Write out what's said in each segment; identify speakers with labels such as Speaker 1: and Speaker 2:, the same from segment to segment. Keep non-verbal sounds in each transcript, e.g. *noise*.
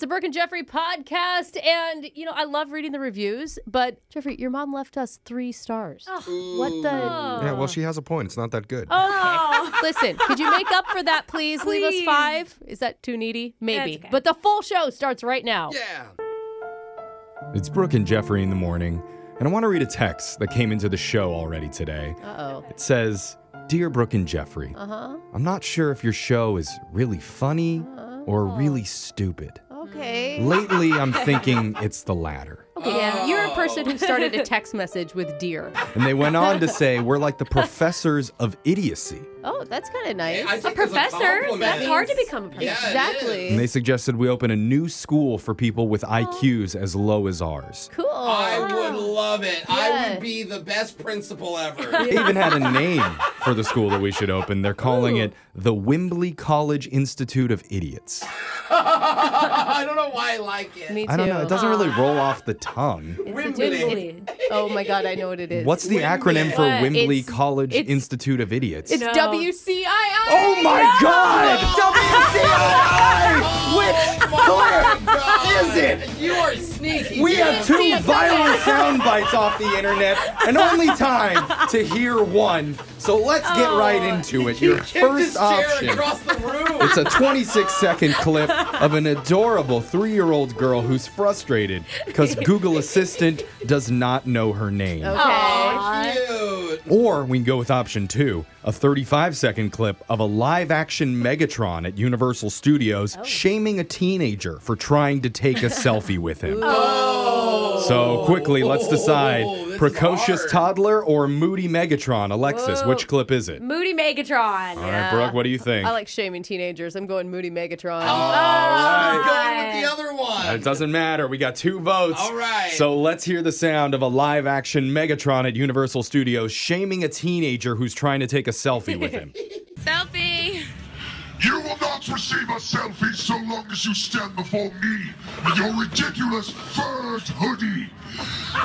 Speaker 1: the Burke and Jeffrey podcast, and you know I love reading the reviews. But Oh. Jeffrey, your mom left us three stars. What the?
Speaker 2: Yeah, well, she has a point. It's not that good.
Speaker 1: Okay. *laughs* Listen, could you make up for that, Oh. please? Leave us
Speaker 3: Please.
Speaker 1: five. Is that too needy? Maybe.
Speaker 3: okay.
Speaker 1: But the full show starts right now.
Speaker 2: Yeah.
Speaker 4: It's Brooke and Jeffrey in the morning, and I want to read a text that came into the show already today.
Speaker 1: Uh oh.
Speaker 4: It says, Dear Brooke and Jeffrey,
Speaker 1: Uh huh.
Speaker 4: I'm not sure if your show is really funny or really stupid.
Speaker 1: Okay.
Speaker 4: Lately, I'm thinking it's the latter.
Speaker 1: *laughs* Okay. Yeah. You're
Speaker 2: Oh.
Speaker 1: a person who started a text message
Speaker 2: *laughs*
Speaker 1: with dear.
Speaker 4: And they went on to say, We're like the professors of idiocy.
Speaker 1: Oh, that's kind of nice.
Speaker 2: I think that's a
Speaker 3: Professor,
Speaker 2: compliment.
Speaker 3: that's hard to become a professor.
Speaker 2: Yeah, it
Speaker 1: exactly.
Speaker 4: And they suggested we open a new school for people with IQs as low as ours.
Speaker 1: cool.
Speaker 2: I would love it. I
Speaker 1: Yeah.
Speaker 2: would be the best principal ever.
Speaker 4: *laughs* They even had a name for the school that we should open. They're calling it the Wimbley College Institute of Idiots.
Speaker 2: *laughs* I
Speaker 4: *laughs*
Speaker 2: don't know why I like it.
Speaker 1: Me too.
Speaker 4: I don't know. It doesn't really roll off the tongue.
Speaker 2: Wimbledon.
Speaker 1: Oh my god, I know what it is.
Speaker 4: What's the acronym for
Speaker 1: What?
Speaker 4: Wimbley
Speaker 1: uh, It's-
Speaker 4: College
Speaker 1: it's-
Speaker 4: Institute of Idiots?
Speaker 1: It's
Speaker 3: No.
Speaker 1: WCII.
Speaker 4: oh my God! WCI! Which
Speaker 2: Oh God.
Speaker 4: is it?
Speaker 2: You are sneaky.
Speaker 4: We have two violent *laughs* sound bites off the internet, and only time to hear one. So let's get right
Speaker 1: Oh.
Speaker 4: into it. Your
Speaker 2: Kicked his
Speaker 4: first
Speaker 2: chair
Speaker 4: option.
Speaker 2: across the room.
Speaker 4: It's a 26 second clip of an adorable three year old girl who's frustrated because Google Assistant does not know her name.
Speaker 1: Okay.
Speaker 2: Oh, Cute.
Speaker 4: Or we can go with option two a 35 second clip of a live action Megatron at Universal Studios
Speaker 2: Oh.
Speaker 4: shaming a teenager for trying to take a selfie
Speaker 2: *laughs*
Speaker 4: with him. So quickly, let's decide
Speaker 2: Oh, this is
Speaker 4: precocious
Speaker 2: hard.
Speaker 4: toddler or moody Megatron. Alexis,
Speaker 1: Whoa.
Speaker 4: which clip is it?
Speaker 3: Moody Megatron.
Speaker 4: All right, Brooke, what do you think?
Speaker 1: I like shaming teenagers. I'm going Moody Megatron.
Speaker 2: I was
Speaker 3: Oh,
Speaker 2: going with the other one.
Speaker 4: It doesn't matter. We got two votes.
Speaker 2: All right.
Speaker 4: So let's hear the sound of a live action Megatron at Universal Studios shaming a teenager who's trying to take a selfie with him.
Speaker 5: Selfie.
Speaker 6: You will not receive a selfie so long as you stand before me with your ridiculous furred hoodie.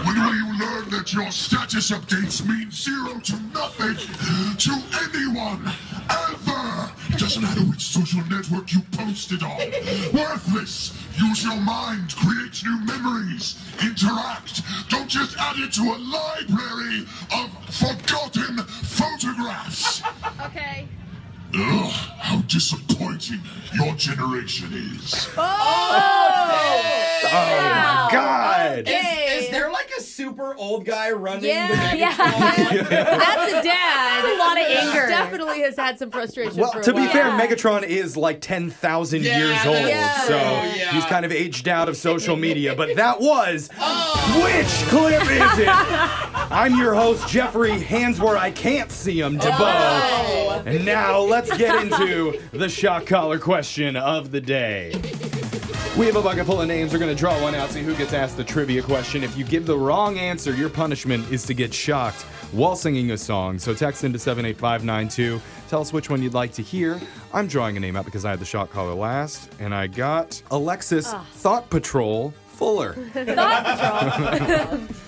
Speaker 6: When will you learn that your status updates mean zero to nothing to anyone ever? It doesn't matter which social network you post it on. Worthless. Use your mind. Create new memories. Interact. Don't just add it to a library of forgotten photographs.
Speaker 5: Okay.
Speaker 6: Ugh, how disappointing your generation is.
Speaker 2: Oh,
Speaker 4: Oh my God.
Speaker 2: Is, is there like a super old guy running?
Speaker 1: Yeah.
Speaker 2: the
Speaker 1: *laughs*
Speaker 3: Yeah.
Speaker 1: That's a dad.
Speaker 3: That's a lot
Speaker 2: *laughs*
Speaker 3: of
Speaker 1: He
Speaker 3: anger.
Speaker 1: Definitely has had some frustration.
Speaker 4: *laughs* Well,
Speaker 1: for a
Speaker 4: to be
Speaker 1: while.
Speaker 4: fair, Megatron is like 10,000
Speaker 2: Yeah,
Speaker 4: years old,
Speaker 2: that's true,
Speaker 4: so
Speaker 2: yeah.
Speaker 4: he's kind of aged out of social media. But
Speaker 2: *laughs*
Speaker 4: that was
Speaker 2: Oh.
Speaker 4: Which Clip Is It? I'm your host, Jeffrey, hands where I can't see them, DeBo. And now let's get into the shock collar question of the day. We have a bucket full of names. We're going to draw one out, see who gets asked the trivia question. If you give the wrong answer, your punishment is to get shocked while singing a song. So text into 78592. Tell us which one you'd like to hear. I'm drawing a name out because I had the shock collar last, and I got Alexis Thought Patrol Fuller.
Speaker 2: *laughs*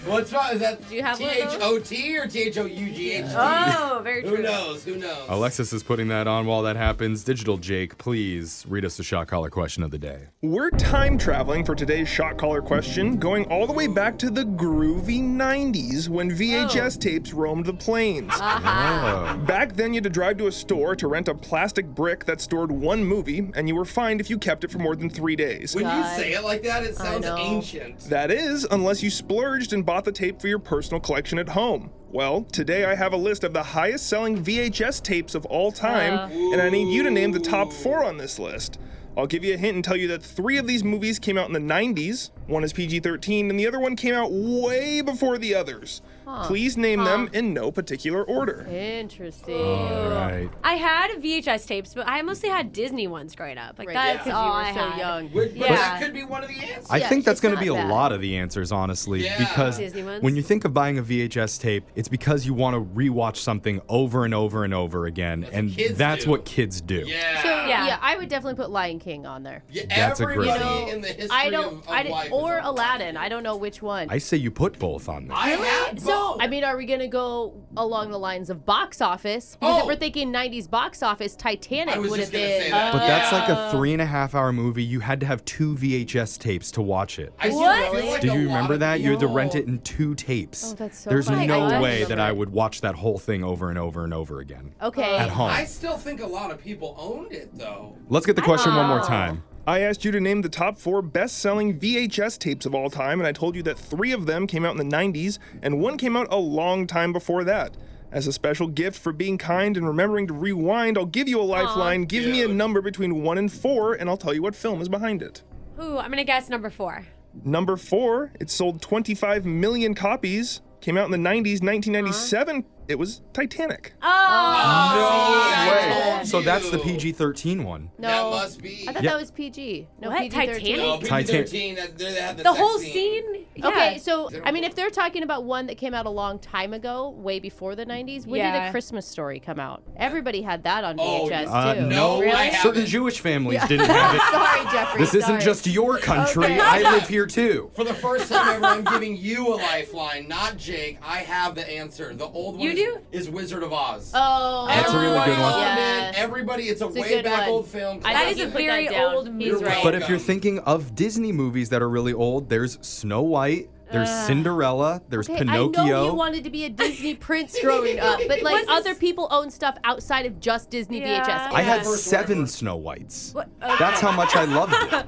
Speaker 2: What's wrong? Is that
Speaker 1: you have
Speaker 2: T
Speaker 1: one of
Speaker 2: H
Speaker 1: those?
Speaker 2: O T or T H O U G H T?
Speaker 3: Oh, very true.
Speaker 2: Who knows? Who knows?
Speaker 4: Alexis is putting that on while that happens. Digital Jake, please read us the shock collar question of the day.
Speaker 7: We're time traveling for today's shot caller question, going all the way back to the groovy 90s when VHS
Speaker 2: Oh.
Speaker 7: tapes roamed the plains.
Speaker 2: Uh-huh.
Speaker 4: Oh.
Speaker 7: Back then, you had to drive to a store to rent a plastic brick that stored one movie, and you were fined if you kept it for more than three days.
Speaker 2: When you say it like that, it sounds
Speaker 1: know.
Speaker 2: ancient.
Speaker 7: That is, unless you splurged and bought the tape for your personal collection at home. Well, today I have a list of the highest selling VHS tapes of all time, and I need you to name the top four on this list. I'll give you a hint and tell you that three of these movies came out in the 90s. One is PG 13, and the other one came out way before the others. Please name them in no particular order.
Speaker 1: Interesting.
Speaker 4: All right.
Speaker 3: I had VHS tapes, but I mostly had Disney ones growing up. Like
Speaker 1: Right,
Speaker 3: that's
Speaker 1: yeah.
Speaker 3: all
Speaker 1: you were
Speaker 3: I
Speaker 1: so
Speaker 3: had.
Speaker 1: young.
Speaker 2: But, but
Speaker 3: Yeah.
Speaker 2: that could be one of the answers.
Speaker 4: I
Speaker 1: Yeah,
Speaker 4: think that's
Speaker 1: she's
Speaker 4: going to
Speaker 1: not
Speaker 4: be a
Speaker 1: bad.
Speaker 4: lot of the answers, honestly,
Speaker 2: Yeah.
Speaker 4: because
Speaker 3: Disney ones.
Speaker 4: when you think of buying a VHS tape, it's because you want to rewatch something over and over and over again, and
Speaker 2: kids
Speaker 4: that's
Speaker 2: do.
Speaker 4: what kids do.
Speaker 2: yeah.
Speaker 1: So yeah.
Speaker 3: Yeah.
Speaker 1: I would definitely put Lion King on there.
Speaker 2: Yeah,
Speaker 4: That's a
Speaker 2: everybody
Speaker 4: great-
Speaker 2: in the history
Speaker 3: I don't.
Speaker 2: of, of
Speaker 3: I didn't.
Speaker 2: life
Speaker 1: or Aladdin. I don't know which one.
Speaker 4: I say you put both on there.
Speaker 2: I had
Speaker 1: So,
Speaker 2: both.
Speaker 1: I mean, are we going to go along the lines of box office? Because if
Speaker 2: Oh.
Speaker 1: we're thinking 90s box office, Titanic
Speaker 2: I was
Speaker 1: would have
Speaker 2: just gonna
Speaker 1: been.
Speaker 2: say that.
Speaker 4: But that's like a
Speaker 1: Uh,
Speaker 4: three and a half hour movie. You had to have two VHS tapes to watch it.
Speaker 2: I still
Speaker 1: What?
Speaker 2: feel like
Speaker 4: Do
Speaker 2: a
Speaker 4: you
Speaker 2: lot
Speaker 4: remember
Speaker 2: of
Speaker 4: that? You had to
Speaker 2: people-
Speaker 4: rent it in two tapes.
Speaker 1: Oh, that's so
Speaker 4: There's
Speaker 1: funny.
Speaker 4: no
Speaker 1: I
Speaker 4: way
Speaker 1: remember
Speaker 4: that I
Speaker 1: it.
Speaker 4: would watch that whole thing over and over and over again.
Speaker 1: Okay.
Speaker 4: At home.
Speaker 2: I still think a lot of people owned it though.
Speaker 4: Let's get the question one more time.
Speaker 7: I asked you to name the top four best selling VHS tapes of all time, and I told you that three of them came out in the 90s, and one came out a long time before that. As a special gift for being kind and remembering to rewind, I'll give you a lifeline. Give me a
Speaker 2: Dude.
Speaker 7: number between one and four, and I'll tell you what film is behind it.
Speaker 3: Ooh, I'm gonna guess number four.
Speaker 7: Number four, it sold 25 million copies, came out in the 90s, 1997. It was Titanic.
Speaker 3: Oh,
Speaker 2: No
Speaker 4: Wait, so that's the PG 13 one.
Speaker 1: no.
Speaker 2: That must be.
Speaker 1: I thought
Speaker 4: Yeah.
Speaker 1: that was PG. No,
Speaker 3: What?
Speaker 1: PG-13?
Speaker 3: Titanic?
Speaker 2: No, PG thirteen. They had the,
Speaker 3: the
Speaker 2: sex
Speaker 3: whole
Speaker 2: scene.
Speaker 3: scene.
Speaker 1: Okay,
Speaker 3: Yeah.
Speaker 1: so I mean, if they're talking about one that came out a long time ago, way before the '90s, when did
Speaker 3: Yeah.
Speaker 1: A Christmas Story come out? Everybody had that on
Speaker 2: Oh,
Speaker 1: VHS
Speaker 4: Uh,
Speaker 1: too.
Speaker 4: no,
Speaker 2: Really? I
Speaker 4: certain
Speaker 2: haven't.
Speaker 4: Jewish families didn't have it.
Speaker 1: *laughs* sorry, Jeffrey.
Speaker 4: This
Speaker 1: sorry.
Speaker 4: isn't just your country.
Speaker 1: Okay.
Speaker 4: I live here too.
Speaker 2: For the first time ever, I'm giving you a lifeline, not Jake. I have the answer. The old one
Speaker 3: You
Speaker 2: is,
Speaker 3: do?
Speaker 2: is Wizard of Oz.
Speaker 1: Oh,
Speaker 4: That's a really
Speaker 2: Everybody
Speaker 4: good one.
Speaker 2: loved
Speaker 1: Yeah.
Speaker 2: it. Everybody, it's a
Speaker 1: a
Speaker 2: way
Speaker 1: good
Speaker 2: back
Speaker 1: one.
Speaker 2: old film.
Speaker 1: I
Speaker 3: that
Speaker 1: love
Speaker 3: is
Speaker 1: you
Speaker 3: a
Speaker 1: put that
Speaker 3: very
Speaker 1: down.
Speaker 3: old movie.
Speaker 2: You're right.
Speaker 4: But if you're
Speaker 2: Welcome.
Speaker 4: thinking of Disney movies that are really old, there's Snow White, there's Cinderella, there's
Speaker 1: Okay,
Speaker 4: Pinocchio.
Speaker 1: I know you wanted to be a Disney prince growing up,
Speaker 3: *laughs*
Speaker 1: but like
Speaker 3: What's
Speaker 1: other people own stuff outside of just Disney
Speaker 3: Yeah.
Speaker 1: VHS.
Speaker 4: I had
Speaker 3: Yes.
Speaker 2: First
Speaker 4: seven
Speaker 2: order.
Speaker 4: Snow Whites.
Speaker 3: What?
Speaker 4: That's how much I loved
Speaker 1: *laughs*
Speaker 4: it.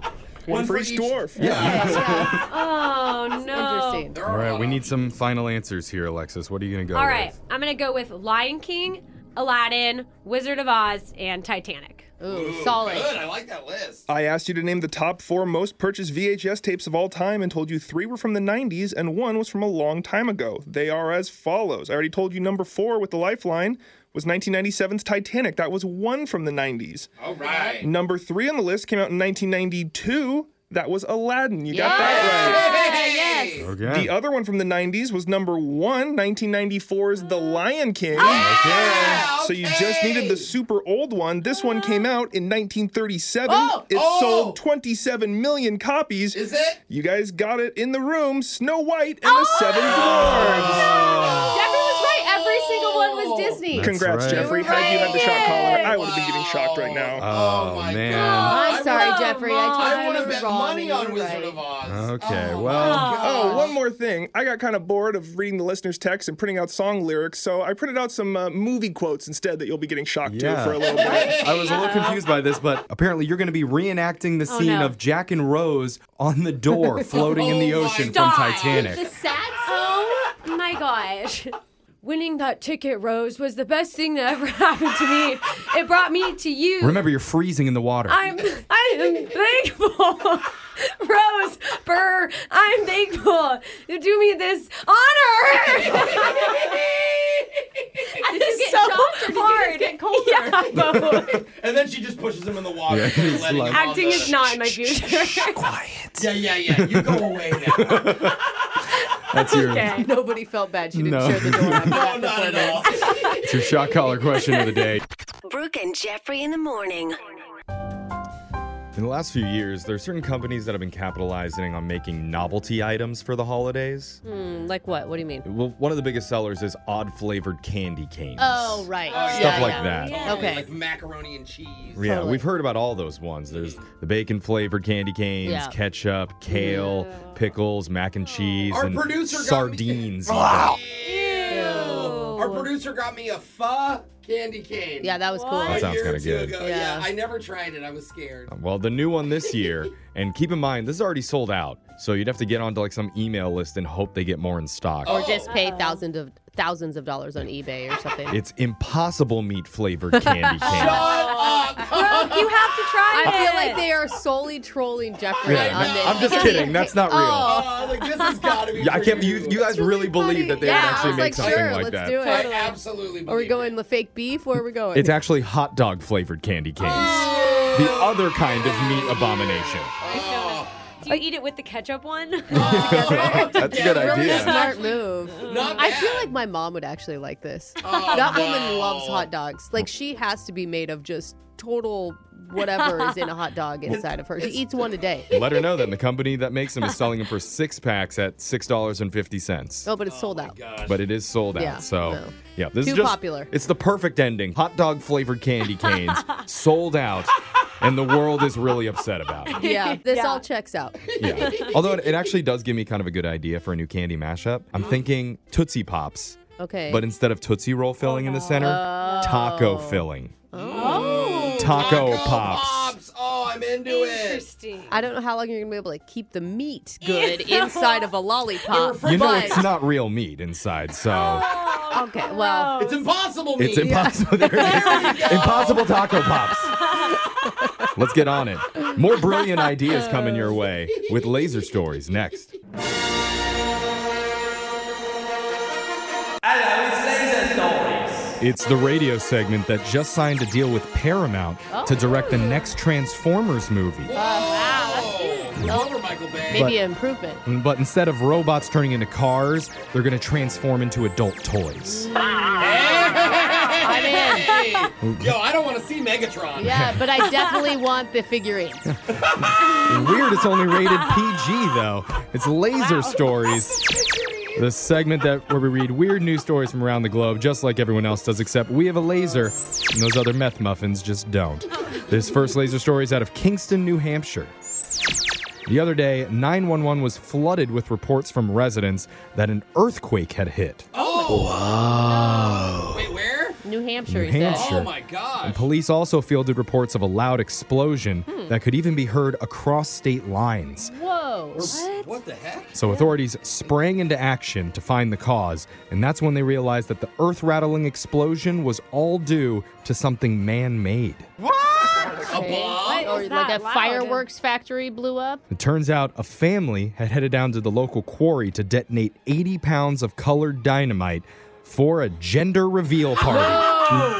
Speaker 7: One, for, each dwarf.
Speaker 4: Yeah.
Speaker 3: Oh no.
Speaker 1: Interesting.
Speaker 2: There
Speaker 4: All
Speaker 2: are a
Speaker 4: right,
Speaker 2: lot
Speaker 4: we
Speaker 2: of-
Speaker 4: need some final answers here, Alexis. What are you gonna go
Speaker 3: All
Speaker 4: with?
Speaker 3: right, I'm gonna go with Lion King, Aladdin, Wizard of Oz, and Titanic.
Speaker 1: Ooh,
Speaker 2: Ooh,
Speaker 1: solid.
Speaker 2: Good. I like that list.
Speaker 7: I asked you to name the top four most purchased VHS tapes of all time and told you three were from the 90s and one was from a long time ago. They are as follows. I already told you number four with the lifeline was 1997's Titanic. That was one from the 90s.
Speaker 2: All right.
Speaker 7: Number three on the list came out in 1992. That was Aladdin. You got that right.
Speaker 2: Hey!
Speaker 1: yes.
Speaker 4: Okay.
Speaker 7: The other one from the 90s was number one, 1994's The Lion King.
Speaker 2: Oh, Yeah,
Speaker 7: So you just
Speaker 2: okay.
Speaker 7: needed the super old one. This one came out in 1937. it
Speaker 2: oh.
Speaker 7: sold 27 million copies.
Speaker 2: Is it?
Speaker 7: You guys got it in the room. Snow White and the Seven
Speaker 2: Oh,
Speaker 7: Dwarfs.
Speaker 1: Jeffrey was right. Every single one was Disney.
Speaker 4: That's
Speaker 7: Oh. Congrats,
Speaker 4: right.
Speaker 7: Jeffrey. Had you had the shot caller, I would have been getting
Speaker 2: Wow.
Speaker 7: shocked right now.
Speaker 2: Oh,
Speaker 4: Oh,
Speaker 2: my
Speaker 4: man.
Speaker 2: god.
Speaker 1: I'm sorry,
Speaker 3: Come
Speaker 1: Jeffrey.
Speaker 3: on.
Speaker 1: I
Speaker 2: I
Speaker 1: told
Speaker 2: would
Speaker 1: you
Speaker 2: have
Speaker 1: you
Speaker 2: bet
Speaker 1: were wrong.
Speaker 2: money
Speaker 1: and you
Speaker 2: on
Speaker 1: were
Speaker 2: Wizard
Speaker 1: right.
Speaker 2: of *laughs* Oz.
Speaker 4: Okay,
Speaker 2: my
Speaker 4: well-
Speaker 2: gosh.
Speaker 7: Oh, one more thing. I got kind of bored of reading the listeners' texts and printing out song lyrics, so I printed out some uh, movie quotes instead that you'll be getting shocked to
Speaker 4: Yeah.
Speaker 7: for a little bit. *laughs*
Speaker 4: I was a little confused by this, but apparently you're gonna be reenacting the scene
Speaker 3: no.
Speaker 4: of Jack and Rose on
Speaker 3: *laughs*
Speaker 4: the *laughs* door floating in the
Speaker 2: Oh my
Speaker 4: ocean from
Speaker 2: God.
Speaker 4: Titanic.
Speaker 1: The sad
Speaker 3: Oh my gosh. Winning that ticket, Rose, was the best thing that ever *laughs* happened to me. It brought me to you.
Speaker 4: Remember, you're freezing in the water.
Speaker 3: I'm I am thankful. *laughs* Rose Burr, I'm thankful. You do me this honor. *laughs*
Speaker 1: Did you get
Speaker 3: It's so
Speaker 1: shocked or did you just
Speaker 3: hard.
Speaker 1: get *laughs* colder?
Speaker 3: Yeah, both.
Speaker 2: *laughs* And then she just pushes him in the water.
Speaker 4: Yeah,
Speaker 2: just *laughs*
Speaker 4: he's
Speaker 2: letting him
Speaker 4: like-
Speaker 2: on
Speaker 3: Acting
Speaker 2: the-
Speaker 3: is not in my future.
Speaker 4: *laughs* Quiet.
Speaker 2: Yeah, yeah, yeah. You go away now.
Speaker 4: *laughs* That's your,
Speaker 3: okay.
Speaker 1: *laughs* Nobody felt bad. She didn't
Speaker 4: No.
Speaker 1: share the door. after
Speaker 2: no,
Speaker 1: that
Speaker 2: not at
Speaker 1: performance.
Speaker 2: all.
Speaker 4: that's your shot collar question of the day.
Speaker 8: Brooke and Jeffrey in the morning.
Speaker 4: In the last few years, there are certain companies that have been capitalizing on making novelty items for the holidays.
Speaker 1: Mm, Like what? What do you mean?
Speaker 4: Well, one of the biggest sellers is odd flavored candy canes.
Speaker 1: Oh, right.
Speaker 2: Oh,
Speaker 4: Stuff
Speaker 2: yeah,
Speaker 4: like
Speaker 2: yeah.
Speaker 4: that.
Speaker 3: Yeah.
Speaker 1: Okay.
Speaker 2: Like macaroni and cheese.
Speaker 4: Yeah,
Speaker 1: Totally.
Speaker 4: we've heard about all those ones. There's the bacon flavored candy canes,
Speaker 1: Yeah.
Speaker 4: ketchup, kale, pickles, mac and cheese,
Speaker 2: Our
Speaker 4: and
Speaker 2: producer got me- *laughs*
Speaker 4: sardines. even.
Speaker 2: Our producer got me a pho candy cane.
Speaker 1: Yeah, that was cool.
Speaker 4: That
Speaker 2: a
Speaker 4: sounds
Speaker 2: year or
Speaker 4: kinda
Speaker 2: two
Speaker 4: good.
Speaker 2: ago. Yeah.
Speaker 1: Yeah.
Speaker 2: I never tried it. I was scared.
Speaker 4: Well, the new one this year, and keep in mind, this is already sold out. So you'd have to get onto like some email list and hope they get more in stock.
Speaker 1: Or just pay thousands of thousands of dollars on eBay or something.
Speaker 4: It's impossible meat flavored
Speaker 1: *laughs*
Speaker 4: candy
Speaker 2: Shut
Speaker 4: cane.
Speaker 2: up!
Speaker 3: Brooke, you have to try
Speaker 1: I feel
Speaker 3: it.
Speaker 1: like they are solely trolling Jeffrey
Speaker 4: Yeah,
Speaker 1: on
Speaker 4: no,
Speaker 1: this.
Speaker 4: I'm just
Speaker 1: Because-
Speaker 4: kidding. That's not real.
Speaker 1: Oh.
Speaker 2: Uh, like this
Speaker 1: *laughs*
Speaker 2: has got to be.
Speaker 4: Yeah, I
Speaker 2: for
Speaker 4: can't.
Speaker 2: You,
Speaker 4: You, you guys really believe that they
Speaker 1: Yeah,
Speaker 4: would actually
Speaker 1: I was
Speaker 4: make
Speaker 1: like,
Speaker 4: something
Speaker 1: sure,
Speaker 4: like
Speaker 1: let's
Speaker 4: that?
Speaker 1: do
Speaker 2: I
Speaker 1: it.
Speaker 2: absolutely.
Speaker 1: Are we
Speaker 2: believe
Speaker 1: going
Speaker 2: it.
Speaker 1: the fake beef? Where are we going?
Speaker 4: It's actually hot
Speaker 1: Oh.
Speaker 3: Oh,
Speaker 4: dog flavored candy canes, the other kind of meat abomination.
Speaker 2: Oh,
Speaker 3: Do you eat it with the ketchup one? *laughs*
Speaker 4: That's a good
Speaker 1: Really
Speaker 4: idea.
Speaker 1: smart move.
Speaker 2: Not
Speaker 1: I feel
Speaker 2: bad.
Speaker 1: like my mom would actually like this.
Speaker 2: Oh,
Speaker 1: that
Speaker 2: no.
Speaker 1: woman loves hot dogs. Like she has to be made of just total whatever is in a hot dog inside of her. She eats one a
Speaker 4: *laughs*
Speaker 1: day.
Speaker 4: Let her know then the company that makes them is selling them for six packs at six dollars and fifty cents.
Speaker 1: Oh, but it's sold out.
Speaker 2: Gosh.
Speaker 4: But it is sold out,
Speaker 1: Yeah,
Speaker 4: so
Speaker 1: no.
Speaker 4: yeah, this is
Speaker 1: Too
Speaker 4: just
Speaker 1: popular.
Speaker 4: It's the perfect ending. Hot dog flavored
Speaker 1: *laughs*
Speaker 4: candy canes sold out, and the world is really upset about it.
Speaker 1: Yeah, this
Speaker 3: Yeah.
Speaker 1: all checks out. *laughs*
Speaker 4: Yeah. Although it, it actually does give me kind of a good idea for a new candy mashup. I'm thinking Tootsie Pops,
Speaker 1: Uh-huh. Okay. Oh.
Speaker 4: but instead of Tootsie Roll filling in the center, taco filling.
Speaker 2: Ooh,
Speaker 4: Taco Pops.
Speaker 2: Oh, I'm into it.
Speaker 3: Interesting.
Speaker 1: I don't know how long you're gonna be able to keep the meat good inside of a lollipop.
Speaker 4: You know
Speaker 1: but-
Speaker 4: it's not real meat inside, so
Speaker 2: *laughs*
Speaker 3: Oh,
Speaker 1: Okay, well,
Speaker 2: It's impossible meat.
Speaker 4: it's impossible. There
Speaker 2: *laughs*
Speaker 4: it is. Impossible taco pops. Let's get on it. More brilliant ideas coming your way with laser stories next. It's the radio segment that just signed a deal with Paramount to direct the next Transformers movie.
Speaker 2: Wow, over, Michael Bay.
Speaker 1: maybe an improvement.
Speaker 4: But instead of robots turning into cars, they're going to transform into adult toys.
Speaker 2: I'm in. *laughs* Yo, I don't want to see Megatron.
Speaker 4: *laughs*
Speaker 1: Yeah, but
Speaker 2: *laughs*
Speaker 1: I definitely want the figurines.
Speaker 4: Weird, it's only rated PG though. It's Laser Stories. The segment that where we read weird news stories from around the globe, just like everyone else does, except we have a laser, and those other meth muffins just don't. This first laser story is out of Kingston, New Hampshire. The other day, 911 was flooded with reports from residents that an earthquake had hit.
Speaker 2: Wait, where?
Speaker 1: New Hampshire,
Speaker 4: New
Speaker 1: he said.
Speaker 4: Hampshire.
Speaker 2: Oh my gosh.
Speaker 4: Police also fielded reports of a loud explosion
Speaker 1: Hmm.
Speaker 4: that could even be heard across state lines.
Speaker 1: Whoa.
Speaker 2: What? the heck?
Speaker 4: So authorities sprang into action to find the cause, and that's when they realized that the earth rattling explosion was all due to something man made.
Speaker 2: A bomb?
Speaker 1: Or
Speaker 3: is
Speaker 1: like
Speaker 3: that
Speaker 1: a
Speaker 3: loud?
Speaker 1: fireworks factory blew up.
Speaker 4: It turns out a family had headed down to the local quarry to detonate 80 pounds of colored dynamite for a gender reveal party.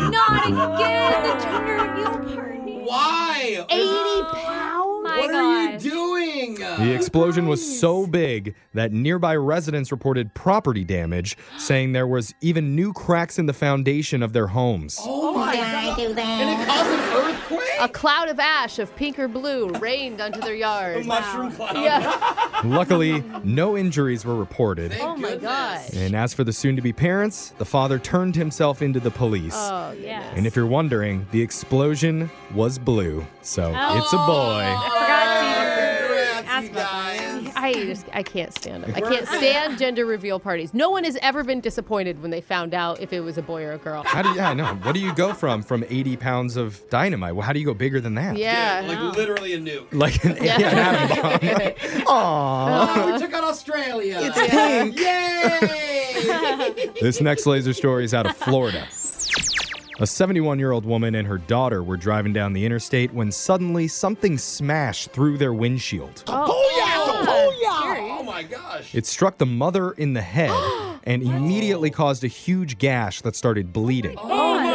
Speaker 3: Not again! The gender reveal party.
Speaker 2: Why?
Speaker 1: 80 pounds?
Speaker 3: My
Speaker 2: What are you
Speaker 3: gosh.
Speaker 2: doing?
Speaker 4: The explosion was so big that nearby residents reported property damage, saying there was even new cracks in the foundation of their homes.
Speaker 2: oh my god. And it caused an earthquake?
Speaker 1: A cloud of ash of pink or blue rained onto their yard.
Speaker 2: mushroom cloud.
Speaker 1: Yeah.
Speaker 4: Luckily, no injuries were reported.
Speaker 2: *laughs* Thank
Speaker 1: Oh my
Speaker 2: goodness.
Speaker 1: gosh.
Speaker 4: And as for the soon to be parents, the father turned himself into the police.
Speaker 1: Oh,
Speaker 3: Yes.
Speaker 4: And if you're wondering, the explosion was blue. So it's a
Speaker 1: Oh.
Speaker 4: boy.
Speaker 2: Congrats,
Speaker 3: Ask
Speaker 2: you
Speaker 3: about
Speaker 2: guys.
Speaker 1: I just I can't stand them. I can't stand gender reveal parties. No one has ever been disappointed when they found out if it was a boy or a girl.
Speaker 4: How do you, yeah, I know. What do you go from from 80 pounds of dynamite? Well, how do you go bigger than that?
Speaker 1: Yeah.
Speaker 2: Like literally a nuke.
Speaker 4: Like an, *laughs* yeah. an atom bomb. Aww.
Speaker 2: Oh, we took out Australia. It's
Speaker 4: pink.
Speaker 2: Yay!
Speaker 4: This next laser story is out of Florida. A 71 year old woman and her daughter were driving down the interstate when suddenly something smashed through their windshield.
Speaker 2: oh my gosh.
Speaker 4: It struck the mother in the head and immediately caused a huge gash that started bleeding.
Speaker 1: Oh my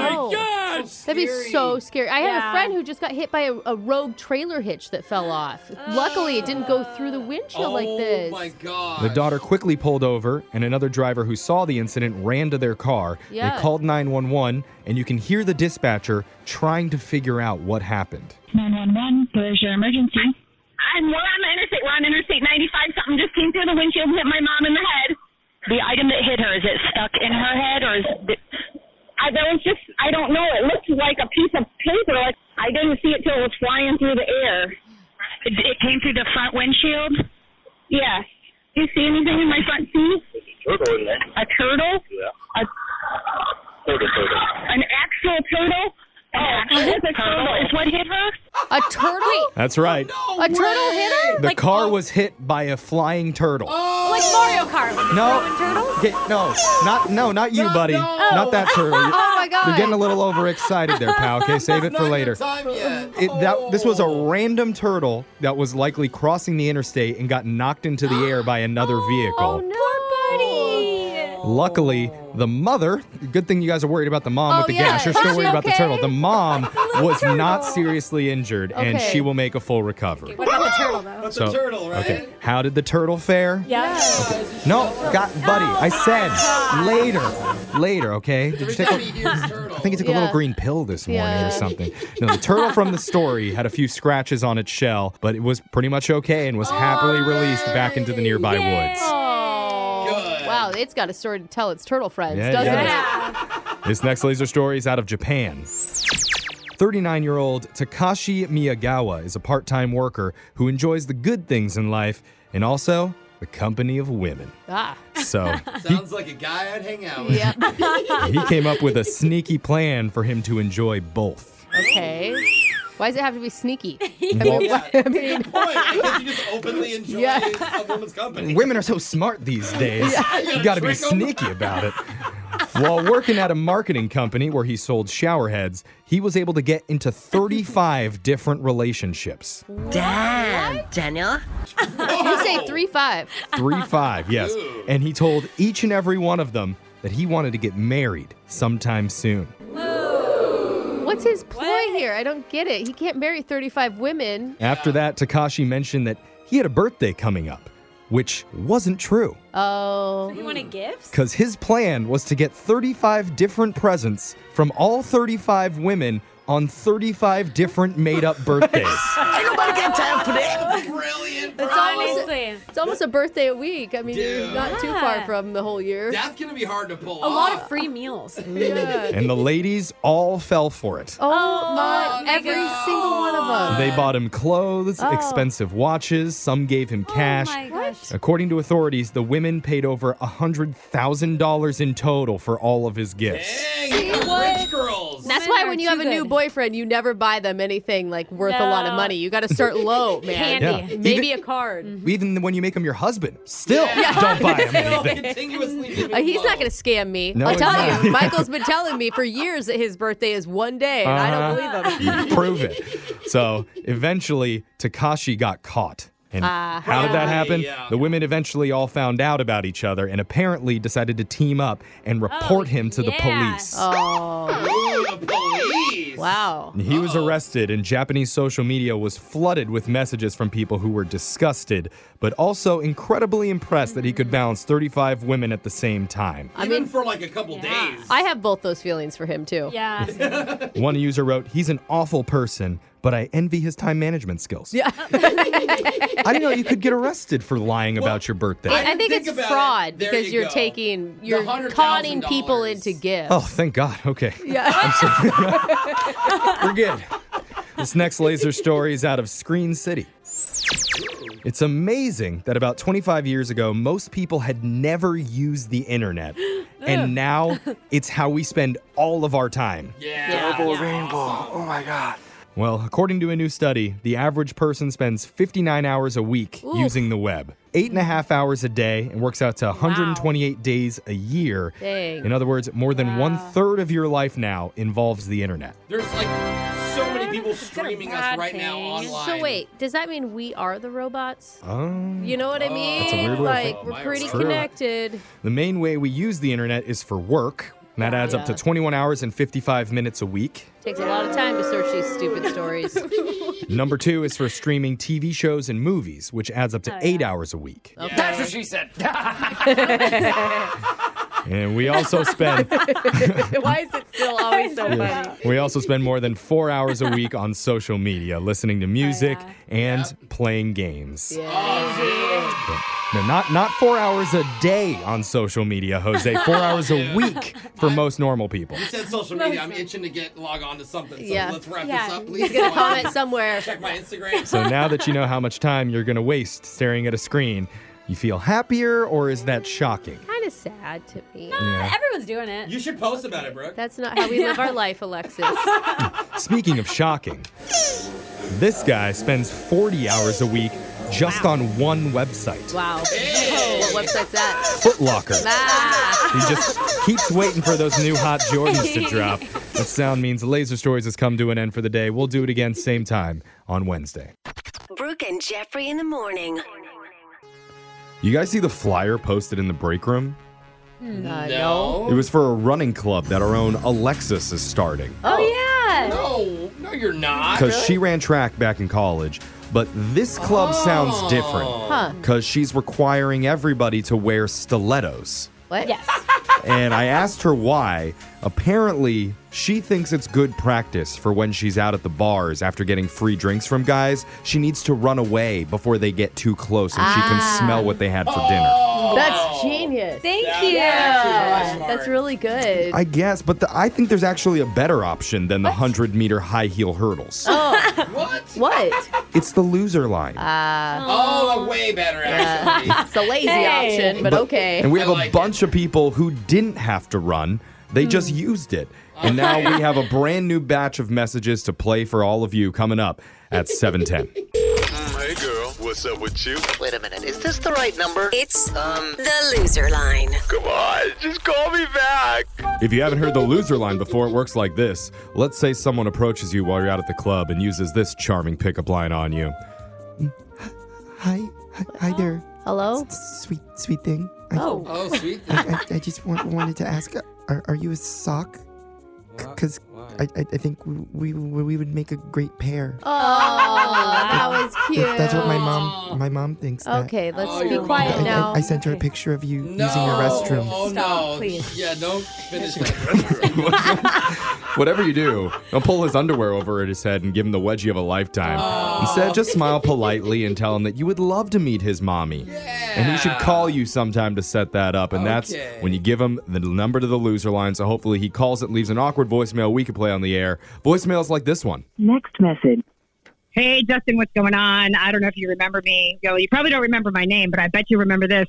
Speaker 1: That'd be
Speaker 2: Scary.
Speaker 1: so scary. I had
Speaker 3: Yeah.
Speaker 1: a friend who just got hit by a, a rogue trailer hitch that fell off. Luckily, it didn't go through the windshield
Speaker 2: oh
Speaker 1: like this.
Speaker 2: my gosh.
Speaker 4: The daughter quickly pulled over, and another driver who saw the incident ran to their car.
Speaker 1: Yeah.
Speaker 4: They called 911, and you can hear the dispatcher trying to figure out what happened.
Speaker 9: 911, what is your emergency?
Speaker 5: I'm we're on the interstate. We're on Interstate 95. Something just came through the windshield and hit my mom in the head.
Speaker 9: The item that hit her, is it stuck in her head or is it...
Speaker 5: I, there was just I don't know. It looked like a piece of paper. Like I didn't see it till it was flying through the air.
Speaker 9: It, it came through the front windshield?
Speaker 5: Yeah. Do you see anything in my front seat?
Speaker 9: Turtle in there.
Speaker 5: A turtle?
Speaker 9: Yeah.
Speaker 5: A,
Speaker 9: Turtle, turtle.
Speaker 5: an actual turtle? Oh, it's a turtle. Is what hit her?
Speaker 1: A turtle?
Speaker 4: That's right.
Speaker 2: No
Speaker 1: A turtle
Speaker 2: way.
Speaker 1: hit her?
Speaker 4: The car was hit by a flying turtle.
Speaker 2: Oh.
Speaker 3: Like Mario Kart.
Speaker 4: no,
Speaker 3: turtles?
Speaker 4: Get- no, not no, not you, buddy,
Speaker 2: no.
Speaker 4: not that turtle.
Speaker 1: Oh my god.
Speaker 4: You're getting a little overexcited there, pal. Okay, save it
Speaker 2: Not
Speaker 4: for
Speaker 2: your
Speaker 4: later.
Speaker 2: Time yet.
Speaker 4: It, that this was a
Speaker 2: Oh.
Speaker 4: random turtle that was likely crossing the interstate and got knocked into the air by another
Speaker 1: Oh
Speaker 4: vehicle.
Speaker 1: no.
Speaker 4: Luckily, the mother. Good thing you guys are worried about the mom
Speaker 1: Oh,
Speaker 4: with the
Speaker 1: yeah.
Speaker 4: gash. You're
Speaker 1: Is
Speaker 4: still
Speaker 1: she
Speaker 4: worried about the
Speaker 1: okay?
Speaker 4: turtle. The mom was not seriously injured, and
Speaker 3: Okay.
Speaker 4: she will make a full recovery.
Speaker 3: What about the turtle though?
Speaker 2: That's a turtle, right?
Speaker 4: Okay. How did the turtle fare?
Speaker 3: Yeah.
Speaker 4: No, got buddy. I said later, later. Okay. Did you take a, I think he took a little
Speaker 3: Yeah.
Speaker 4: green pill this morning
Speaker 3: Yeah.
Speaker 4: or something. No, the turtle from the story had a few scratches on its shell, but it was pretty much okay
Speaker 3: Oh,
Speaker 4: and was happily released back into the nearby woods.
Speaker 1: Oh, wow, it's got a story to tell its turtle friends,
Speaker 4: Yeah, it
Speaker 1: doesn't
Speaker 4: does.
Speaker 1: it?
Speaker 4: This next laser story is out of Japan. 39 year old Takashi Miyagawa is a part time worker who enjoys the good things in life and also the company of women.
Speaker 1: Ah.
Speaker 4: *laughs* So
Speaker 2: Sounds like a guy I'd hang out *laughs* with.
Speaker 4: he came up with a sneaky plan for him to enjoy both.
Speaker 1: Okay. Why does it have to be
Speaker 2: *laughs*
Speaker 1: sneaky?
Speaker 4: Well-
Speaker 1: I mean,
Speaker 2: Can't you
Speaker 1: *laughs*
Speaker 2: just openly enjoy a woman's company?
Speaker 4: Women are so smart these days.
Speaker 2: Yeah.
Speaker 4: You gotta be
Speaker 2: Trick 'em.
Speaker 4: sneaky about it. While working at a marketing company where he sold shower heads, he was able to get into 35 different relationships.
Speaker 8: Damn, Daniel.
Speaker 1: you say three five.
Speaker 4: Three, five, yes. And he told each and every one of them that he wanted to get married sometime soon.
Speaker 1: What's his ploy here? I don't get it. He can't marry 35 women.
Speaker 4: After that, Takashi mentioned that he had a birthday coming up, which wasn't true.
Speaker 1: Oh.
Speaker 3: you want a gift?
Speaker 4: Because his plan was to get 35 different presents from all 35 women on 35 different made up birthdays.
Speaker 1: Ain't nobody got time for that.
Speaker 3: *laughs*
Speaker 2: Brilliant.
Speaker 1: It's almost, it's almost a birthday a week. I mean, you're not too far from the whole year.
Speaker 2: That's going to be hard to pull
Speaker 3: A lot of free meals.
Speaker 1: *laughs* Yeah.
Speaker 4: and the ladies all fell for it.
Speaker 1: Oh, my! every single one of them.
Speaker 4: They bought him clothes,
Speaker 1: Oh.
Speaker 4: expensive watches, some gave him cash. According to authorities, the women paid over $100,000 in total for all of his gifts.
Speaker 2: Rich girls.
Speaker 1: That's
Speaker 3: Women
Speaker 1: why
Speaker 3: are
Speaker 1: when you
Speaker 3: too
Speaker 1: have a new
Speaker 3: good.
Speaker 1: boyfriend, you never buy them anything like worth a lot of
Speaker 3: No.
Speaker 1: money. You got to start
Speaker 3: *laughs*
Speaker 1: low, man.
Speaker 4: Candy. Yeah.
Speaker 1: Maybe
Speaker 4: Even-
Speaker 1: a card.
Speaker 4: Even when you make him your husband, still
Speaker 1: Mm-hmm. Yeah.
Speaker 4: don't buy
Speaker 2: *laughs*
Speaker 1: *laughs*
Speaker 4: him
Speaker 1: Still
Speaker 4: anything.
Speaker 1: Uh, he's not going to scam me.
Speaker 4: No,
Speaker 1: I'll
Speaker 4: he's
Speaker 1: tell
Speaker 4: not.
Speaker 1: you. Michael's been telling me for years that his birthday is one day, and
Speaker 4: Uh-huh.
Speaker 1: I don't believe him.
Speaker 4: Prove it. So eventually, Takashi got caught. And
Speaker 1: Ah.
Speaker 4: how did that happen?
Speaker 2: Yeah.
Speaker 4: The women eventually all found out about each other and apparently decided to team up and report him to the police.
Speaker 1: Oh.
Speaker 2: Ooh, the police.
Speaker 1: Wow.
Speaker 4: He was arrested, and Japanese social media was flooded with messages from people who were disgusted, but also incredibly impressed that he could balance 35 women at the same time.
Speaker 2: Even for like a couple days.
Speaker 1: I have both those feelings for him, too.
Speaker 2: *laughs*
Speaker 3: Yeah.
Speaker 4: One user wrote, He's an awful person, but I envy his time management skills. *laughs*
Speaker 1: Yeah.
Speaker 4: I didn't know you could get arrested for lying about your birthday.
Speaker 1: *laughs* I,
Speaker 2: think
Speaker 1: think it's
Speaker 2: about it.
Speaker 1: fraud
Speaker 2: There
Speaker 1: because
Speaker 2: you
Speaker 1: are
Speaker 2: go.
Speaker 1: taking,
Speaker 2: The
Speaker 1: you're
Speaker 2: $100,000.
Speaker 1: conning people into gifts.
Speaker 4: Oh, thank God. Okay.
Speaker 1: Yeah. *laughs*
Speaker 4: We're good. This next laser story is out of Screen City. It's amazing that about 25 years ago, most people had never used the internet. And now it's how we spend all of our time.
Speaker 2: Yeah.
Speaker 6: Double rainbow. Oh my god.
Speaker 4: Well, according to a new study, the average person spends 59 hours a week
Speaker 1: Ooh.
Speaker 4: using the web, eight and a half hours a day, and works out to 128 days a year.
Speaker 1: Dang.
Speaker 4: In other words, more than one third of your life now involves the internet.
Speaker 2: There's *laughs* like so many people streaming us right now online.
Speaker 1: So wait, does that mean we are the robots?
Speaker 4: Um,
Speaker 1: You know what I mean?
Speaker 4: That's a weird way of
Speaker 1: like
Speaker 4: thinking.
Speaker 1: we're
Speaker 4: It's
Speaker 1: pretty
Speaker 4: true.
Speaker 1: connected.
Speaker 4: The main way we use the internet is for work. and That adds up to
Speaker 1: Ah, Yeah.
Speaker 4: 21 hours and 55 minutes a week.
Speaker 1: Takes a lot of time to search these stupid
Speaker 3: *laughs*
Speaker 1: stories.
Speaker 4: Number two is for streaming TV shows and movies, which adds up to
Speaker 1: Oh,
Speaker 4: eight hours a week.
Speaker 1: That's
Speaker 2: what she said. *laughs*
Speaker 4: And
Speaker 1: *laughs*
Speaker 4: we also *laughs* spend
Speaker 1: Why is it still always so funny?
Speaker 4: we also spend more than four hours a week on social media, listening
Speaker 1: Oh,
Speaker 4: to music and playing
Speaker 2: Oh,
Speaker 4: games. No, not not four hours a day on social media, Jose. Four
Speaker 1: *laughs*
Speaker 4: hours a week for most normal people.
Speaker 2: You said social media. I'm itching to get log on to something. So
Speaker 1: Yeah.
Speaker 2: let's wrap
Speaker 1: Yeah.
Speaker 2: this up,
Speaker 1: He's
Speaker 2: please.
Speaker 1: gonna
Speaker 2: Go on.
Speaker 1: comment somewhere.
Speaker 2: Check my Instagram.
Speaker 4: So now that you know how much time you're going to waste staring at a screen, you feel happier or is that shocking?
Speaker 1: Kind of sad to me.
Speaker 3: Everyone's doing it.
Speaker 2: you should post about it, Brooke.
Speaker 1: That's not how we live
Speaker 3: *laughs*
Speaker 1: our life, Alexis.
Speaker 4: Speaking of shocking, this guy spends 40 hours a week just on one website,
Speaker 1: Wow. What website's that?
Speaker 4: Foot Locker.
Speaker 1: Ah.
Speaker 4: He just keeps waiting for those new hot Jordans to drop. That sound means Laser Stories has come to an end for the day. We'll do it again same time on Wednesday.
Speaker 8: Brooke and Jeffrey in the morning.
Speaker 4: You guys see the flyer posted in the break room?
Speaker 1: Uh,
Speaker 4: It was for a running club that our own Alexis is starting.
Speaker 1: Oh,
Speaker 3: Yeah.
Speaker 2: No. No, you're not.
Speaker 4: because she ran track back in college. But this club sounds different
Speaker 1: Huh.
Speaker 4: because she's requiring everybody to wear stilettos.
Speaker 1: What? Yes.
Speaker 4: And I asked her why. Apparently, she thinks it's good practice for when she's out at the bars after getting free drinks from guys. She needs to run away before they get too close and she
Speaker 1: Ah.
Speaker 4: can smell what they had for dinner.
Speaker 1: Oh.
Speaker 2: Oh.
Speaker 1: That's genius.
Speaker 3: Thank
Speaker 1: you.
Speaker 3: actually
Speaker 1: That's really good.
Speaker 4: I guess, but the, I think there's actually a better option than the 100 meter high heel hurdles.
Speaker 1: oh.
Speaker 2: what? *laughs*
Speaker 1: What?
Speaker 4: It's the loser line.
Speaker 2: oh, a way better actually.
Speaker 1: Uh, *laughs* it's the lazy
Speaker 2: Hey.
Speaker 1: option, but, okay.
Speaker 4: And we have a bunch of people who didn't have to run, they just
Speaker 1: Hmm.
Speaker 4: used it. And now we have a brand new batch of messages to play for all of you coming up
Speaker 1: *laughs*
Speaker 4: at 710.
Speaker 2: uh,
Speaker 10: Hey girl, what's up with you? Wait a minute,
Speaker 8: Is this the right number? It's um the loser line. Come on, just call me back.
Speaker 4: If you haven't heard the loser line before, it works like this. Let's say someone approaches you while you're out at the club and uses this charming pickup line on you.
Speaker 11: Hi, hi, hi there.
Speaker 1: Hello?
Speaker 11: sweet, sweet thing.
Speaker 1: Oh. Oh, sweet
Speaker 11: I, I, I just want, wanted to ask, are, are you a sock? Because I, I, I think we, we we would make a great pair.
Speaker 1: Oh,
Speaker 3: *laughs*
Speaker 1: that was cute.
Speaker 11: That- That's what my mom my mom thinks. that.
Speaker 1: Okay, let's be quiet
Speaker 11: I- I-
Speaker 1: now.
Speaker 11: I, sent her a picture of you
Speaker 2: Oh, No.
Speaker 11: using your restroom.
Speaker 2: Oh no. Please. Yeah, don't finish that.
Speaker 4: Whatever you do, don't pull his underwear over at his head and give him the wedgie of a lifetime. Instead, just smile politely and tell him that you would love to meet his mommy. And he should call you sometime to set that up. And
Speaker 2: Okay.
Speaker 4: that's when you give him the number to the loser line. So hopefully he calls it, leaves an awkward voicemail we could play on the air. Voicemails like this one.
Speaker 12: Next message. Hey, Justin, what's going on? I don't know if you remember me. Yo, you probably don't remember my name, but I bet you remember this.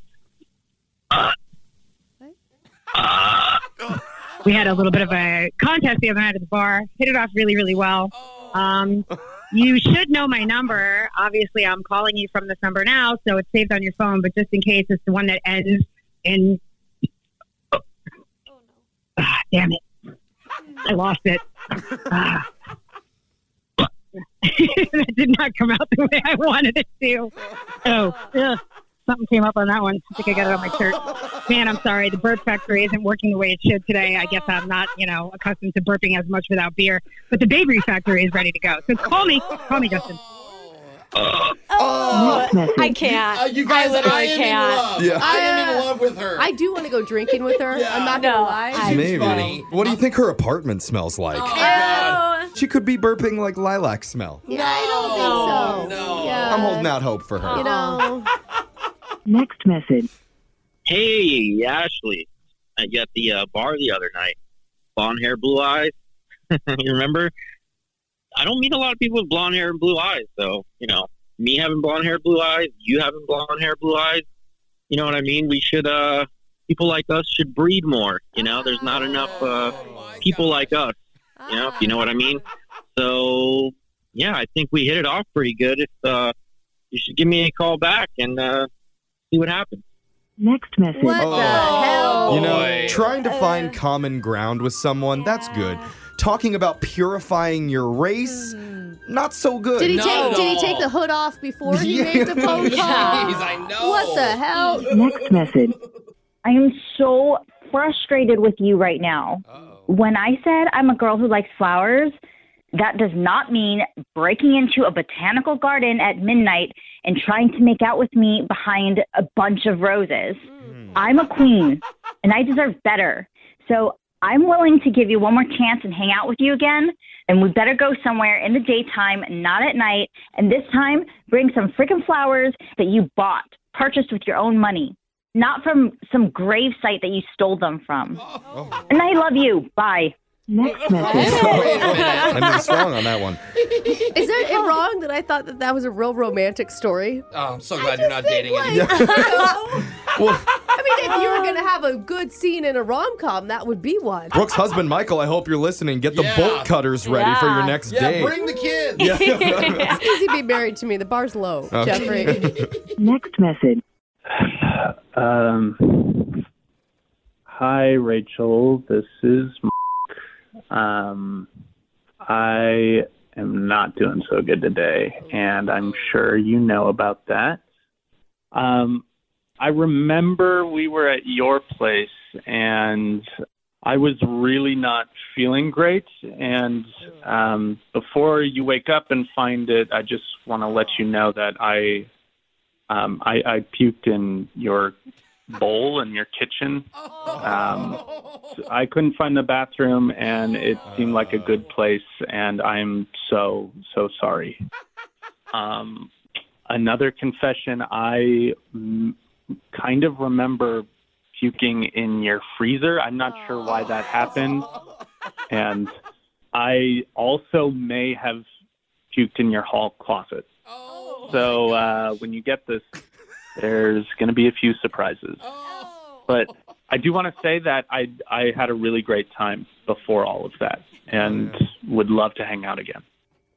Speaker 12: We had a little bit of a contest the other night at the bar. Hit it off really, really well. Um, you should know my number. Obviously, I'm calling you from this number now, so it's saved on your phone. But just in case, it's the one that ends in. *sighs* Ah, damn it! I lost it. Ah. *laughs* that did not come out the way I wanted it to. Oh, ugh. something came up on that one. I think I got it on my shirt. Man, I'm sorry. The burp factory isn't working the way it should today. I guess I'm not, you know, accustomed to burping as much without beer. But the bakery factory is ready to go. So call me. Call me, Justin.
Speaker 1: Oh,
Speaker 12: I
Speaker 1: can't.
Speaker 2: Uh, you guys,
Speaker 1: I literally
Speaker 2: I am in
Speaker 1: can't.
Speaker 2: love. Yeah. I am in love with her.
Speaker 1: I do want to go drinking with her. I'm not gonna lie.
Speaker 4: Maybe. What do you think her apartment smells like?
Speaker 2: Oh
Speaker 3: Oh,
Speaker 4: She could be burping like lilac smell.
Speaker 1: Yeah, I don't think so. No. Yeah.
Speaker 4: I'm holding out hope for her.
Speaker 1: You know.
Speaker 12: Next message.
Speaker 13: Hey, Ashley. I got the uh, bar the other night. Blonde hair, blue eyes. *laughs* you remember? I don't meet a lot of people with blonde hair and blue eyes, so, you know, me having blonde hair, blue eyes, you having blonde hair, blue eyes. You know what I mean? We should, uh, people like us should breed more. You know, there's not enough uh, people like us. You know, you know what I mean? So, yeah, I think we hit it off pretty good. If uh, you should give me a call back and uh, see what happens.
Speaker 12: Next message.
Speaker 4: What the
Speaker 1: hell?
Speaker 4: You know, trying to find
Speaker 1: Oh.
Speaker 4: common ground with someone, that's good. Talking about purifying your race, not so good.
Speaker 1: Hmm. Did he take did he take the hood off before he made the phone call?
Speaker 4: Jeez,
Speaker 2: I
Speaker 1: know. What the hell?
Speaker 14: Next message. I am so frustrated with you right now. When I said I'm a girl who likes flowers, that does not mean breaking into a botanical garden at midnight and trying to make out with me behind a bunch of roses. I'm a queen and I deserve better. So I'm willing to give you one more chance and hang out with you again. And we better go somewhere in the daytime, not at night. And this time, bring some freaking flowers that you bought, purchased with your own money, not from some grave site that you stole them from. And I love you. Bye. *laughs* Next
Speaker 4: *laughs* I'm being strong on that one.
Speaker 1: Is there
Speaker 3: *laughs*
Speaker 1: it wrong that I thought that that was a real romantic story?
Speaker 2: Oh, I'm so glad you're not dating
Speaker 1: Like,
Speaker 2: anymore.
Speaker 4: Well,
Speaker 1: I mean, if you were gonna have a good scene in a rom com, that would be one.
Speaker 4: Brooke's husband, Michael, I hope you're listening. Get the bolt cutters ready for your next date.
Speaker 1: the kids.
Speaker 3: *laughs*
Speaker 4: Yeah.
Speaker 1: it's easy to be married to me. The bar's low,
Speaker 4: *laughs* Okay. *laughs*
Speaker 1: Jeffrey.
Speaker 12: Next message.
Speaker 15: *sighs* Um, hi, Rachel. This is Mark. Um, I am not doing so good today, and I'm sure you know about that. Um, I remember we were at your place, and I was really not feeling great. And um, before you wake up and find it, I just want to let you know that I, um, I, I puked in your bowl in your kitchen. Um, I couldn't find the bathroom, and it seemed like a good place. And I'm so so sorry. Um, another confession: I mm, kind of remember puking in your freezer. I'm not sure why that happened, and I also may have puked in your hall closet. so uh, when you get this, there's going to be a few surprises. But I do want to say that I I had a really great time before all of that, and would love to hang out again.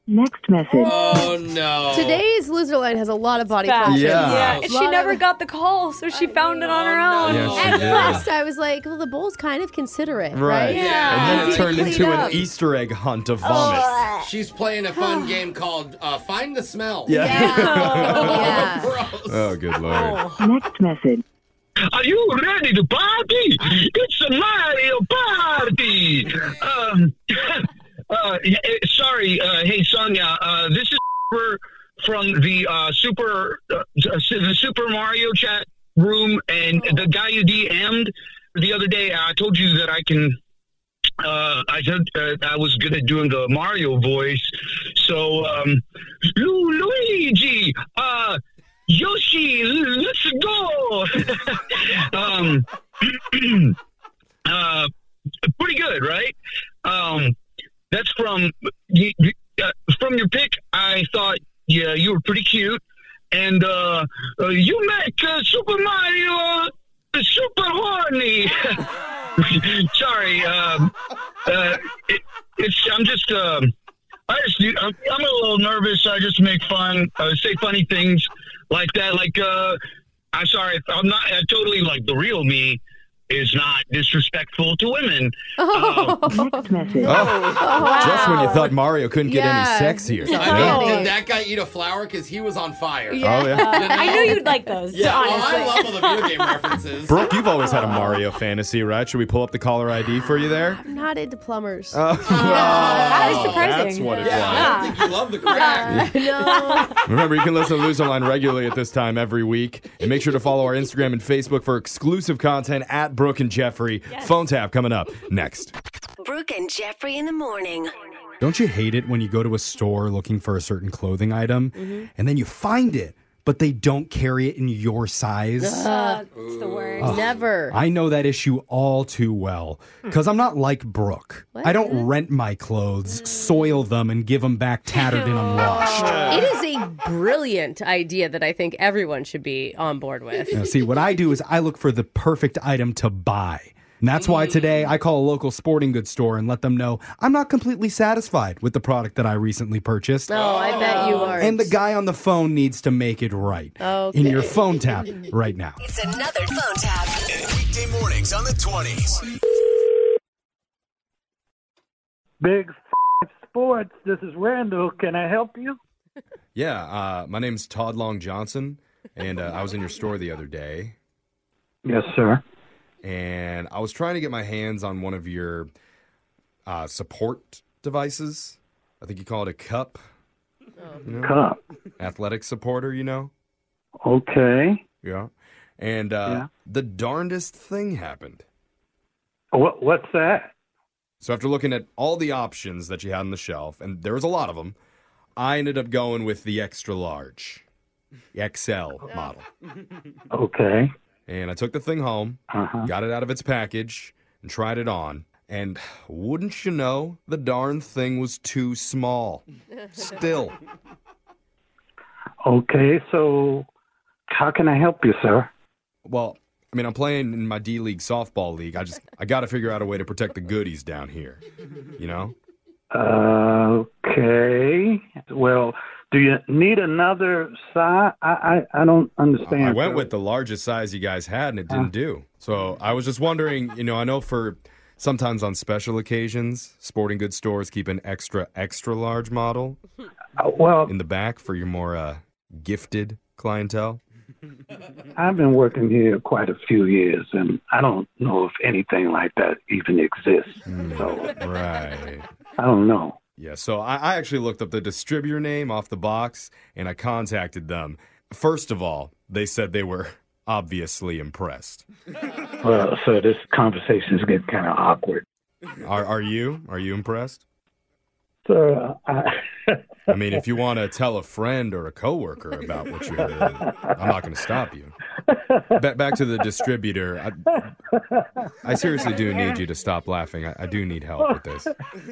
Speaker 1: Next message.
Speaker 2: Oh no.
Speaker 1: Today's loser line has a lot of body
Speaker 3: Bad.
Speaker 1: functions.
Speaker 16: Yeah. Yeah,
Speaker 3: And she
Speaker 1: Lot
Speaker 3: never
Speaker 1: of-
Speaker 3: got the call, so she found it on her own.
Speaker 16: Yeah, she
Speaker 1: At
Speaker 16: did.
Speaker 1: first, I was like, "Well, the bowl's kind of considerate, right?"
Speaker 16: Right. And then it
Speaker 1: Easy to
Speaker 16: turned
Speaker 1: clean
Speaker 16: into
Speaker 1: up. Oh,
Speaker 16: an Easter egg hunt of vomit.
Speaker 2: She's playing a fun game called uh, Find the Smell.
Speaker 16: Yeah.
Speaker 4: *laughs*
Speaker 2: *laughs*
Speaker 4: Oh, good lord.
Speaker 8: Next message.
Speaker 9: Are you ready to party? It's a Mario party. Um, *laughs* uh, eh, sorry, uh, hey Sonia, uh, this is Super from the uh, Super uh, the Super Mario chat room, and
Speaker 8: Oh.
Speaker 9: the guy you DM'd the other day. I told you that I can. Uh, I said uh, I was good at doing the Mario voice, so um, Lu- Luigi, uh, Yoshi, l- let's go. *laughs* um, *clears throat* uh, pretty good, right? Um, that's from you, you- uh, from your pick. I thought, yeah, you were pretty cute, and uh, uh, you make uh, Super Mario uh, super horny. *laughs* Sorry, um, uh, it, it's I'm just. Um, I just, I'm, I'm a little nervous. I just make fun, uh, say funny things like that. Like, uh, I'm sorry, if I'm not I totally like the real me is not disrespectful to women.
Speaker 1: Oh.
Speaker 4: Oh, Just when you thought Mario couldn't get
Speaker 2: Yeah.
Speaker 4: any sexier.
Speaker 2: I mean,
Speaker 4: Yeah.
Speaker 2: did that guy eat a flower? Because he was on fire.
Speaker 4: Yeah. Oh, *laughs* yeah.
Speaker 3: I knew you'd like those.
Speaker 2: Yeah, well,
Speaker 3: honestly.
Speaker 2: I love all the video
Speaker 1: *laughs*
Speaker 2: game references.
Speaker 4: Brooke, you've always had a Mario fantasy, right? Should we pull up the caller ID for you there?
Speaker 1: I'm not into plumbers. *laughs*
Speaker 4: Oh,
Speaker 1: that
Speaker 4: is surprising. that's what it
Speaker 2: yeah,
Speaker 1: was.
Speaker 2: I don't think you love the crack.
Speaker 1: no. *laughs*
Speaker 4: Remember, you can listen to Loser Line regularly at this time every week. And make sure to follow our Instagram and Facebook for exclusive content at Brooke and Jeffrey. Phone tap coming up next.
Speaker 8: Brooke and Jeffrey in the morning.
Speaker 4: Don't you hate it when you go to a store looking for a certain clothing item
Speaker 8: Mhm.
Speaker 4: and then you find it, but they don't carry it in your size?
Speaker 1: Ugh, it's the worst.
Speaker 4: Ugh.
Speaker 1: Never. Hmm.
Speaker 4: I know that issue all too well because I'm not like Brooke. I don't rent my clothes, soil them, and give them back
Speaker 1: *laughs*
Speaker 4: tattered and unwashed.
Speaker 1: It is a brilliant idea that I think everyone should be on board with.
Speaker 4: Now, see, what I do is I look for the perfect item to buy. And that's why today I call a local sporting goods store and let them know I'm not completely satisfied with the product that I recently purchased.
Speaker 1: No, Oh, I bet you aren't.
Speaker 4: And the guy on the phone needs to make it right.
Speaker 1: Okay.
Speaker 4: In your
Speaker 1: *laughs*
Speaker 4: phone tap right now.
Speaker 8: It's another phone tap.
Speaker 10: Weekday mornings on the 20s.
Speaker 17: Big f- Sports. This is Randall. Can I help you?
Speaker 4: Yeah, uh, my name's Todd Long Johnson, and uh, I was in your store the other day.
Speaker 17: Yes, sir.
Speaker 4: And I was trying to get my hands on one of your uh, support devices. I think you call it a cup. you know?
Speaker 17: Cup.
Speaker 4: Athletic supporter, you know?
Speaker 17: Okay.
Speaker 4: Yeah. And uh,
Speaker 17: Yeah.
Speaker 4: the darndest thing happened.
Speaker 17: What? What's that?
Speaker 4: So after looking at all the options that you had on the shelf, and there was a lot of them, I ended up going with the extra large, the XL model.
Speaker 17: Okay. Uh-huh.
Speaker 4: And I took the thing home, got it out of its package, and tried it on. And wouldn't you know, the darn thing was too small. Still.
Speaker 17: Okay. So, how can I help you, sir?
Speaker 4: Well, I mean, I'm playing in my D League softball league. I just, I got to figure out a way to protect the goodies down here. You know?
Speaker 17: Okay. Well, do you need another size? I I, I don't understand.
Speaker 4: I went
Speaker 17: sir.
Speaker 4: with the largest size you guys had, and it didn't
Speaker 17: Uh.
Speaker 4: do. So I was just wondering, you know, I know for sometimes on special occasions, sporting goods stores keep an extra, extra large model
Speaker 17: well
Speaker 4: in the back for your more uh, gifted clientele.
Speaker 17: I've been working here quite a few years, and I don't know if anything like that even exists. So
Speaker 4: Hmm. right.
Speaker 17: I don't know.
Speaker 4: Yeah, so I, I actually looked up the distributor name off the box and I contacted them. First of all, they said they were *laughs* obviously impressed.
Speaker 17: Well, so this conversation's getting kind of awkward.
Speaker 4: Are are you? Are you impressed?
Speaker 17: So I,
Speaker 4: I mean, if you want to tell a friend or a coworker about what you heard, I'm not going to stop you. Ba- back to the distributor. I, I seriously do need you to stop laughing. I, I do need help with this.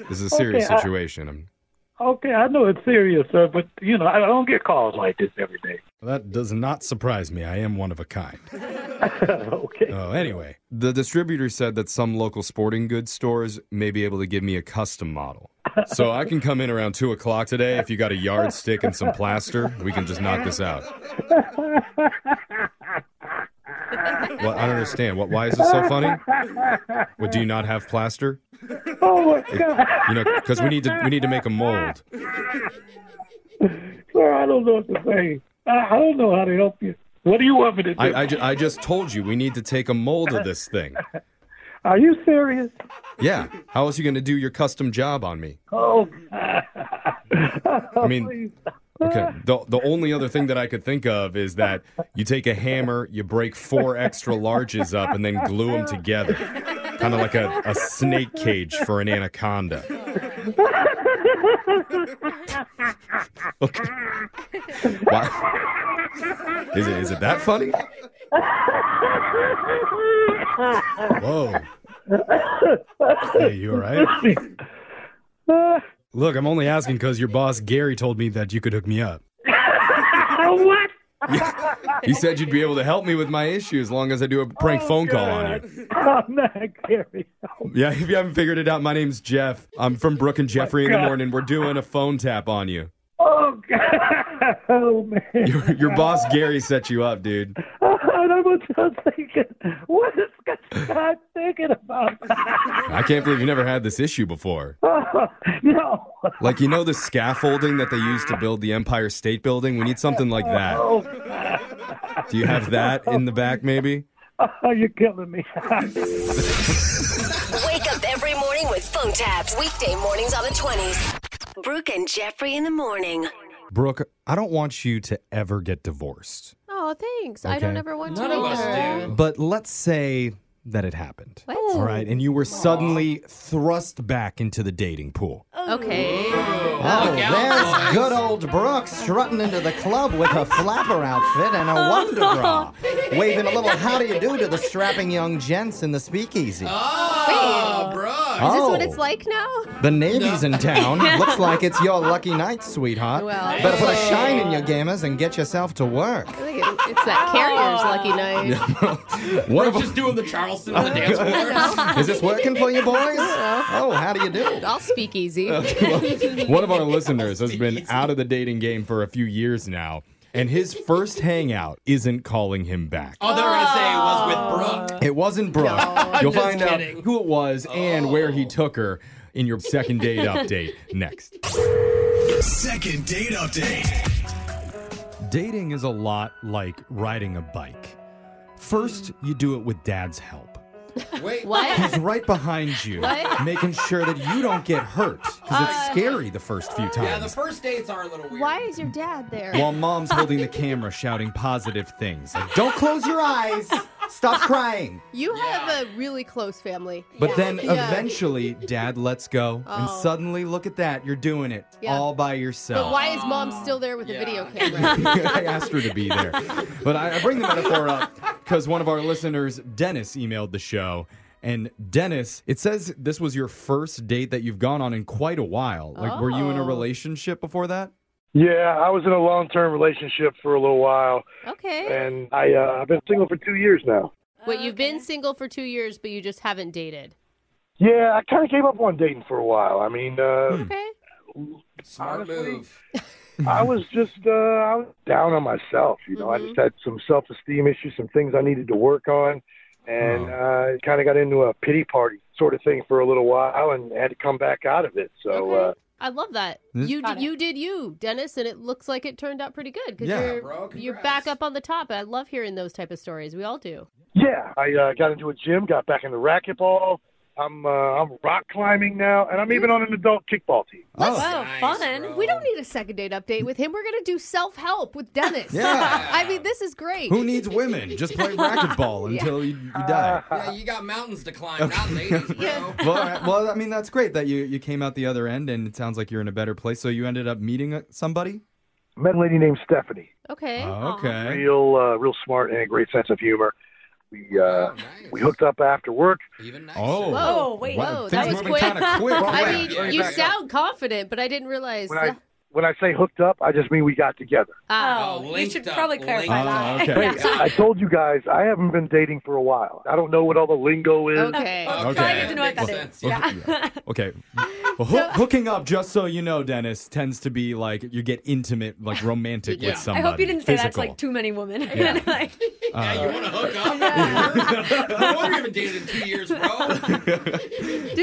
Speaker 4: This is a serious
Speaker 17: Okay, I-
Speaker 4: situation. I'm,
Speaker 17: *laughs* okay, I know it's serious, sir, but you know I don't get calls like this every day.
Speaker 4: that does not surprise me. I am one of a kind. okay. Oh, anyway, the distributor said that some local sporting goods stores may be able to give me a custom model. So I can come in around two o'clock today. If you got a yardstick and some plaster, we can just knock this out. Well, I don't understand. What? *laughs* Why is this so funny? What? Do you not have plaster?
Speaker 17: *laughs* Oh my
Speaker 4: It-
Speaker 17: god!
Speaker 4: you know, because we need to we need to make a mold.
Speaker 17: Sir, I don't know what to say. I, I don't know how to help you. What do you want me to do?
Speaker 4: I, I, ju- I just told you we need to take a mold of this thing.
Speaker 17: Are you serious?
Speaker 4: Yeah. How else you going to do your custom job on me?
Speaker 17: Oh, *laughs*
Speaker 4: I mean, okay. The, the only other thing that I could think of is that you take a hammer, you break four extra larges up, and then glue them together. Kind of like a, a snake cage for an anaconda. Okay. Why? Is it, is it that funny? Whoa. Hey, you all right?
Speaker 17: *laughs*
Speaker 4: Look, I'm only asking because your boss, Gary, told me that you could hook me up.
Speaker 17: what?
Speaker 4: He said you'd be able to help me with my issue as long as I do a prank phone call on you.
Speaker 17: *laughs* Oh, no, Gary.
Speaker 4: Yeah, *laughs* if you haven't figured it out, my name's Jeff. I'm from Brooke and Jeffrey in the
Speaker 17: God.
Speaker 4: morning. We're doing a phone tap on you.
Speaker 17: Oh, God. *laughs* Oh, man.
Speaker 4: Your, your boss, Gary, set you up, dude.
Speaker 17: And I was just thinking, what is God thinking about? *laughs*
Speaker 4: I can't believe you never had this issue before.
Speaker 17: Oh, no.
Speaker 4: Like, you know, the scaffolding that they use to build the Empire State Building? We need something like that.
Speaker 17: Oh,
Speaker 4: Do you have that in the back, maybe?
Speaker 17: oh, you're killing me. *laughs*
Speaker 8: Wake up every morning with phone taps. Weekday mornings on the 20s. Brooke and Jeffrey in the morning.
Speaker 4: Brooke, I don't want you to ever get divorced.
Speaker 1: Oh, thanks. I don't
Speaker 4: Okay.
Speaker 1: ever want
Speaker 2: None
Speaker 1: to
Speaker 2: of us
Speaker 1: either.
Speaker 4: But let's say that it happened.
Speaker 1: What?
Speaker 4: All right, and you were suddenly thrust back into the dating pool.
Speaker 1: Okay.
Speaker 18: Oh, there's good old Brooke strutting into the club with her flapper outfit and her
Speaker 2: *laughs*
Speaker 18: wonder bra, waving a little how do you do to the strapping young gents in the speakeasy.
Speaker 2: Oh, bro.
Speaker 1: Is this what
Speaker 18: Oh.
Speaker 1: it's like now?
Speaker 18: The Navy's in
Speaker 2: *laughs*
Speaker 18: town. Looks like it's your lucky night, sweetheart.
Speaker 1: Well.
Speaker 18: Better put a shine in your gamers and get yourself to
Speaker 2: *laughs*
Speaker 18: work.
Speaker 1: I think it- it's that carrier's lucky night.
Speaker 18: What
Speaker 2: We're just doing the Charleston on the dance
Speaker 4: *laughs*
Speaker 18: *laughs*
Speaker 2: floor.
Speaker 18: Is this working for you, boys?
Speaker 2: *laughs*
Speaker 18: Oh, how do you do?
Speaker 1: I'll speak
Speaker 4: *laughs*
Speaker 1: easy. *laughs*
Speaker 4: One of our listeners has been out of the dating game for a few years now, and his first hangout isn't calling him back.
Speaker 2: Oh, they were going to say it was with Brooke.
Speaker 4: It wasn't Brooke. You'll
Speaker 2: just Oh.
Speaker 4: find out who it was and where he took her in your second date update next.
Speaker 10: Second date update.
Speaker 4: Dating is a lot like riding a bike. First, you do it with dad's help.
Speaker 2: Wait,
Speaker 4: He's right behind you,
Speaker 2: What? Uh,
Speaker 4: making sure that you don't get hurt because it's scary the first few times.
Speaker 2: Yeah, the first dates are a little weird.
Speaker 19: Why is your dad there?
Speaker 4: *laughs* While mom's holding the camera shouting positive things. Like, don't close your eyes.
Speaker 18: Stop crying.
Speaker 1: You have a really close family.
Speaker 4: But then
Speaker 1: Yeah.
Speaker 4: eventually, dad lets go, and
Speaker 1: Oh.
Speaker 4: suddenly, look at that. You're doing it
Speaker 1: Yeah.
Speaker 4: all by yourself.
Speaker 1: But why *laughs* is mom still there with a video
Speaker 4: *laughs* I
Speaker 1: camera?
Speaker 4: asked her to be there. But I, I bring the metaphor up because one of our listeners, Dennis, emailed the show. And Dennis, it says this was your first date that you've gone on in quite a while. Like, were you in
Speaker 1: Oh.
Speaker 4: a relationship before that?
Speaker 20: Yeah, I was in a long-term relationship for a little while,
Speaker 1: okay.
Speaker 20: and I uh, I've been single for two years now.
Speaker 1: Wait, you've been single for two years, but you just haven't dated.
Speaker 20: Yeah, I kind of gave up on dating for a while. I mean, uh,
Speaker 1: Okay.
Speaker 2: Smart move.
Speaker 10: Hmm.
Speaker 20: I was just uh, I was down on myself. You know, I
Speaker 2: Mm-hmm.
Speaker 20: just had some self-esteem issues, some things I needed to work on, and uh, kind of got into a pity party sort of thing for a little while, and had to come back out of it. So uh,
Speaker 1: I love that.
Speaker 4: This-
Speaker 1: You
Speaker 4: Got
Speaker 1: did, you did you, Dennis, and it looks like it turned out pretty good because
Speaker 20: Yeah.
Speaker 1: you're
Speaker 20: Bro,
Speaker 1: you're back up on the top. I love hearing those type of stories. We all do.
Speaker 20: Yeah, I uh, got into a gym, got back into racquetball. I'm uh, I'm rock climbing now, and I'm even on an adult kickball team.
Speaker 1: Oh, fun! We don't need a second date update with him. We're gonna do self help with Dennis.
Speaker 4: Yeah.
Speaker 1: *laughs* I mean, this is great.
Speaker 4: Who needs women? Just play *laughs* racquetball
Speaker 1: *laughs* Yeah.
Speaker 4: until you, you die.
Speaker 2: *laughs* Yeah, you got mountains to climb, not *laughs*
Speaker 4: Okay.
Speaker 2: ladies, bro.
Speaker 4: *laughs* well, all right. well, I mean, that's great that you, you came out the other end and it sounds like you're in a better place. So you ended up meeting uh, somebody?
Speaker 20: Met a lady named Stephanie.
Speaker 1: Okay.
Speaker 4: Oh, Okay.
Speaker 20: Real uh, real smart and a great sense of humor. We uh, we hooked up after work.
Speaker 2: Even nicer.
Speaker 4: Oh.
Speaker 1: Whoa, wait, whoa, that was quick. *laughs* I mean, you sound confident, but I didn't realize.
Speaker 20: When I when I say hooked up, I just mean we got together.
Speaker 1: Oh,
Speaker 2: you should
Speaker 1: probably
Speaker 20: Oh,
Speaker 2: clarify
Speaker 1: that.
Speaker 20: Wait, I told you guys I haven't been dating for a while. I don't know what all the lingo is.
Speaker 1: Okay.
Speaker 4: Okay.
Speaker 1: Probably good to know what that is. Yeah.
Speaker 3: *laughs*
Speaker 4: Okay. Well, hoo- hooking up, just so you know, Dennis, tends to be like you get intimate, like
Speaker 2: *laughs*
Speaker 4: romantic with somebody.
Speaker 3: I hope you didn't say that's
Speaker 4: Physical.
Speaker 3: like too many women.
Speaker 4: Yeah.
Speaker 3: *laughs* Like-
Speaker 2: *laughs*
Speaker 4: Uh,
Speaker 2: You want to hook up?
Speaker 4: *laughs*
Speaker 2: I wonder you haven't dated in two years, bro.
Speaker 1: Dude,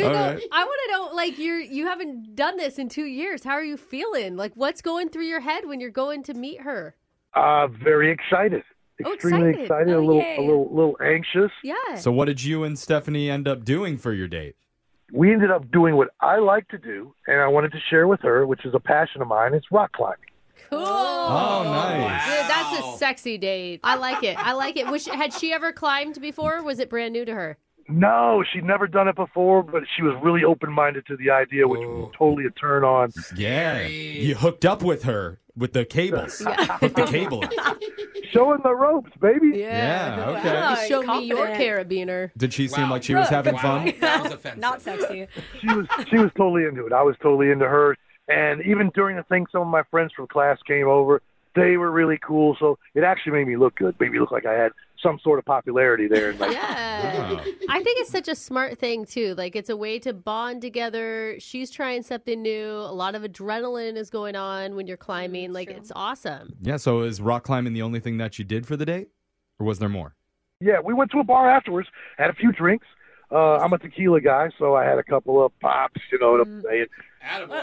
Speaker 2: All
Speaker 1: though,
Speaker 2: right.
Speaker 1: I want to know, like, you're you haven't done this in two years. How are you feeling? Like, what's going through your head when you're going to meet her?
Speaker 20: Uh, very excited,
Speaker 1: Oh,
Speaker 20: extremely
Speaker 1: excited.
Speaker 20: excited,
Speaker 1: Oh,
Speaker 20: a little
Speaker 1: yay.
Speaker 20: a little little anxious.
Speaker 1: Yeah.
Speaker 4: so, what did you and Stephanie end up doing for your date?
Speaker 20: we ended up doing what I like to do, and I wanted to share with her, which is a passion of mine. It's rock climbing.
Speaker 1: Cool.
Speaker 4: Oh, nice.
Speaker 1: Dude, that's a sexy date. I like it. I like it. Was, had she ever climbed before? Was it brand new to her?
Speaker 20: No, she'd never done it before, but she was really open minded to the idea, which
Speaker 4: Oh.
Speaker 20: was totally a turn on.
Speaker 4: Yeah. You hooked up with her with the cables. With the cable.
Speaker 20: Showing the ropes, baby.
Speaker 4: Yeah, okay.
Speaker 1: Wow,
Speaker 3: okay.
Speaker 1: show me your
Speaker 3: Confident.
Speaker 1: carabiner.
Speaker 4: Did she seem like she was having fun?
Speaker 3: Not sexy.
Speaker 20: She was she was totally into it. I was totally into her. And even during the thing, some of my friends from class came over. They were really cool, so it actually made me look good. Made me look like I had some sort of popularity there. And like,
Speaker 1: Yeah. I think it's such a smart thing too. Like it's a way to bond together. She's trying something new. A lot of adrenaline is going on when you're climbing. Like it's awesome.
Speaker 4: Yeah, so is rock climbing the only thing that you did for the date? Or was there more?
Speaker 20: Yeah, we went to a bar afterwards, had a few drinks. Uh, I'm a tequila guy, so I had a couple of pops. You know what I'm saying?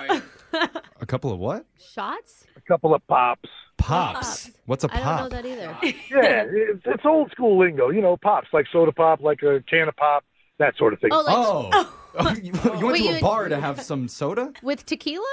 Speaker 4: A couple of what?
Speaker 1: *laughs* Shots?
Speaker 20: A couple of pops.
Speaker 4: Pops. What's a
Speaker 1: I don't know
Speaker 4: pop?
Speaker 1: that either. *laughs*
Speaker 20: Yeah, it's, it's old school lingo. You know, pops like soda pop, like a can of pop, that sort of thing.
Speaker 1: Oh, like-
Speaker 4: Oh. *laughs* you went
Speaker 1: Wait,
Speaker 4: to a
Speaker 1: you-
Speaker 4: bar to have some soda?
Speaker 1: With tequila?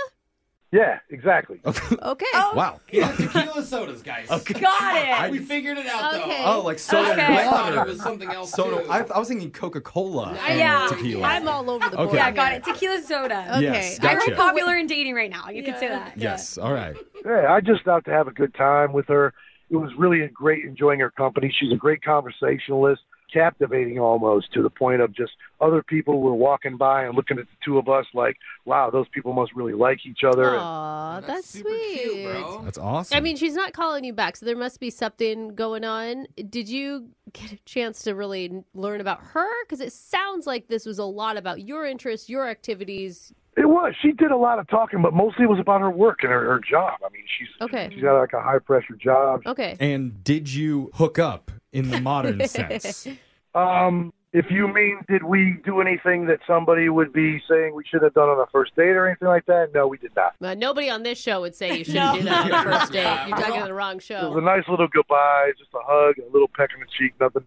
Speaker 20: Yeah,
Speaker 4: *laughs*
Speaker 20: exactly.
Speaker 1: Okay.
Speaker 4: Wow.
Speaker 2: Yeah, tequila sodas, guys.
Speaker 3: Got it.
Speaker 2: We figured it out, though.
Speaker 1: Okay.
Speaker 4: Oh, like soda
Speaker 2: Okay. I
Speaker 4: and
Speaker 2: thought
Speaker 4: water.
Speaker 2: it was something else,
Speaker 4: Soda.
Speaker 2: too.
Speaker 4: I, I was thinking Coca Cola.
Speaker 3: Uh, yeah,
Speaker 4: Tequila.
Speaker 1: I'm all over the
Speaker 4: Okay.
Speaker 1: board.
Speaker 3: Yeah, got it. Tequila soda.
Speaker 4: Okay. Yes,
Speaker 3: I'm
Speaker 4: gotcha.
Speaker 3: very popular in dating right now. You can say that.
Speaker 4: Yes. All right.
Speaker 20: Yeah, I just out to have a good time with her. It was really great enjoying her company. She's a great conversationalist, captivating almost to the point of just other people were walking by and looking at the two of us like, wow, those people must really like each other.
Speaker 1: Aw, that's, sweet.
Speaker 4: That's awesome.
Speaker 1: I mean, she's not calling you back, so there must be something going on. Did you get a chance to really learn about her? Because it sounds like this was a lot about your interests, your activities.
Speaker 20: It was. She did a lot of talking, but mostly it was about her work and her, her job. I mean, she's she's
Speaker 1: Okay.
Speaker 20: got like a high pressure job.
Speaker 1: Oh, Okay.
Speaker 4: And did you hook up in
Speaker 1: *laughs*
Speaker 4: the modern sense?
Speaker 20: Um, if you mean, did we do anything that somebody would be saying we should have done on a first date or anything like that? No, we did not.
Speaker 1: Uh, nobody on this show would say you shouldn't do that on the
Speaker 4: *laughs*
Speaker 1: first date. You're talking to the wrong
Speaker 20: It was a
Speaker 1: show.
Speaker 20: nice little goodbye, just a hug, a little peck on the cheek, nothing,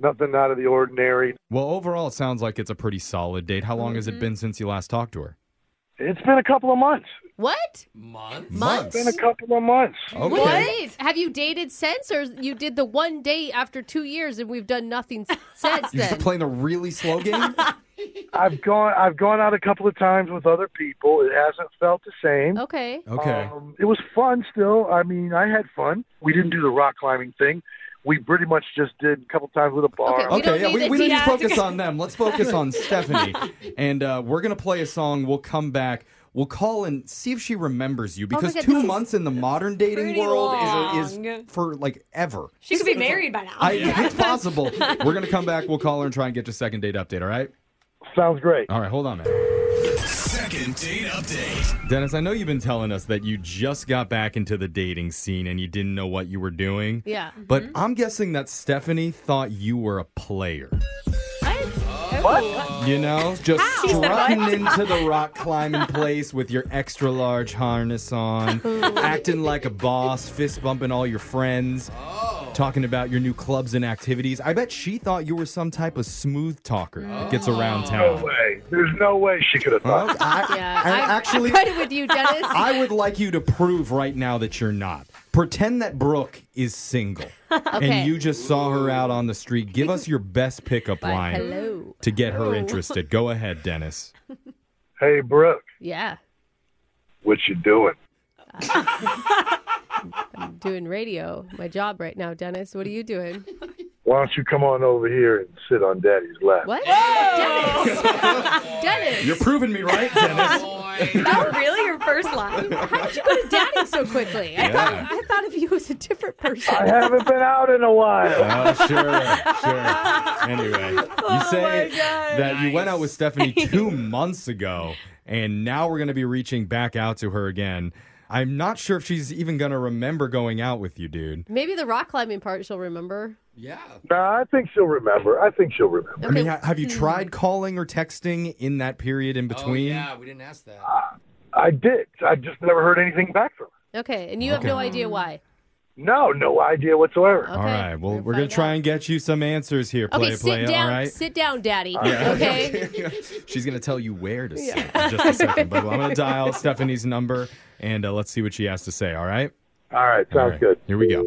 Speaker 20: nothing out of the ordinary.
Speaker 4: Well, overall, it sounds like it's a pretty solid date. How long has it been since you last talked to her?
Speaker 20: It's been a couple of months.
Speaker 1: What?
Speaker 2: Months?
Speaker 4: Months?
Speaker 20: It's been a couple of months.
Speaker 1: What? Have you dated since, or you did the one date after two years and we've done nothing s-
Speaker 4: *laughs*
Speaker 1: since
Speaker 4: You're
Speaker 1: then?
Speaker 4: playing a really slow *laughs* game?
Speaker 20: I've gone, I've gone out a couple of times with other people. It hasn't felt the same.
Speaker 1: Okay.
Speaker 4: Okay.
Speaker 20: Um, it was fun still. I mean, I had fun. We didn't do the rock climbing thing. We pretty much just did a couple times with a bar.
Speaker 4: okay, yeah, we, we need to focus on them. Let's
Speaker 3: *laughs*
Speaker 4: focus on Stephanie. And uh, we're going to play a song. We'll come back. We'll call and see if she remembers you
Speaker 3: my
Speaker 4: because
Speaker 3: God,
Speaker 4: two
Speaker 3: this is
Speaker 4: months in the modern dating
Speaker 3: pretty
Speaker 4: world is,
Speaker 3: long.
Speaker 4: is for like ever.
Speaker 3: She could be married by now.
Speaker 4: I, It's
Speaker 3: *laughs*
Speaker 4: possible. We're going to come back. We'll call her and try and get your second date update, all right?
Speaker 20: Sounds great.
Speaker 4: All right, hold on, man.
Speaker 10: Second date update.
Speaker 4: Dennis, I know you've been telling us that you just got back into the dating scene and you didn't know what you were doing.
Speaker 1: Yeah.
Speaker 3: Mm-hmm.
Speaker 4: But I'm guessing that Stephanie thought you were a player.
Speaker 1: What?
Speaker 20: What?
Speaker 4: You know, just
Speaker 20: How? She said
Speaker 4: strutting
Speaker 20: what?
Speaker 4: into the rock climbing place with your extra large harness on, acting like a boss, fist bumping all your friends, talking about your new clubs and activities. I bet she thought you were some type of smooth talker that gets
Speaker 20: Oh.
Speaker 4: around town.
Speaker 20: No way. There's no way she could have thought.
Speaker 4: Well, I,
Speaker 1: Yeah,
Speaker 4: and
Speaker 1: I,
Speaker 4: actually-
Speaker 1: I'm right with you, Dennis.
Speaker 4: I would like you to prove right now that you're not. Pretend that Brooke is single
Speaker 1: Okay.
Speaker 4: and you just saw her out on the street. Give us your best pickup line
Speaker 1: hello.
Speaker 4: to get her interested. Go ahead, Dennis.
Speaker 20: Hey, Brooke,
Speaker 1: Yeah,
Speaker 20: what you doing?
Speaker 1: I'm doing radio, my job right now, Dennis. What are you doing?
Speaker 20: Why don't you come on over here and sit on Daddy's lap?
Speaker 1: What?
Speaker 3: *laughs*
Speaker 1: Dennis. Dennis.
Speaker 4: You're proving me right, Dennis.
Speaker 1: *laughs* That was really your first line? How did you go to daddy so quickly? I,
Speaker 4: Yeah.
Speaker 1: thought, I thought of you as a different person.
Speaker 20: I haven't been out in a while.
Speaker 4: Oh, sure,
Speaker 1: *laughs*
Speaker 4: sure. Anyway, you
Speaker 1: Oh
Speaker 4: say that you went out with Stephanie two months ago, and now we're going to be reaching back out to her again. I'm not sure if she's even going to remember going out with you, dude.
Speaker 1: Maybe the rock climbing part she'll remember.
Speaker 20: Yeah. Nah, I think she'll remember. I think she'll remember.
Speaker 4: I mean, ha- have you
Speaker 1: Hmm.
Speaker 4: tried calling or texting in that period in between?
Speaker 20: we didn't ask that. I did. I just never heard anything back from her.
Speaker 1: Okay, and you have no
Speaker 4: Okay. Mm-hmm.
Speaker 1: idea why.
Speaker 20: No, no idea whatsoever.
Speaker 4: All right. Well, we're going to try and get you some answers here, play
Speaker 1: okay,
Speaker 4: play.
Speaker 1: sit down,
Speaker 4: All right.
Speaker 1: sit down, daddy.
Speaker 4: Yeah.
Speaker 1: Okay.
Speaker 4: *laughs* She's going to tell you where to sit in just a second. But I'm going to dial Stephanie's number and uh, let's see what she has to say. All right.
Speaker 20: All right. Sounds good.
Speaker 4: Here we go.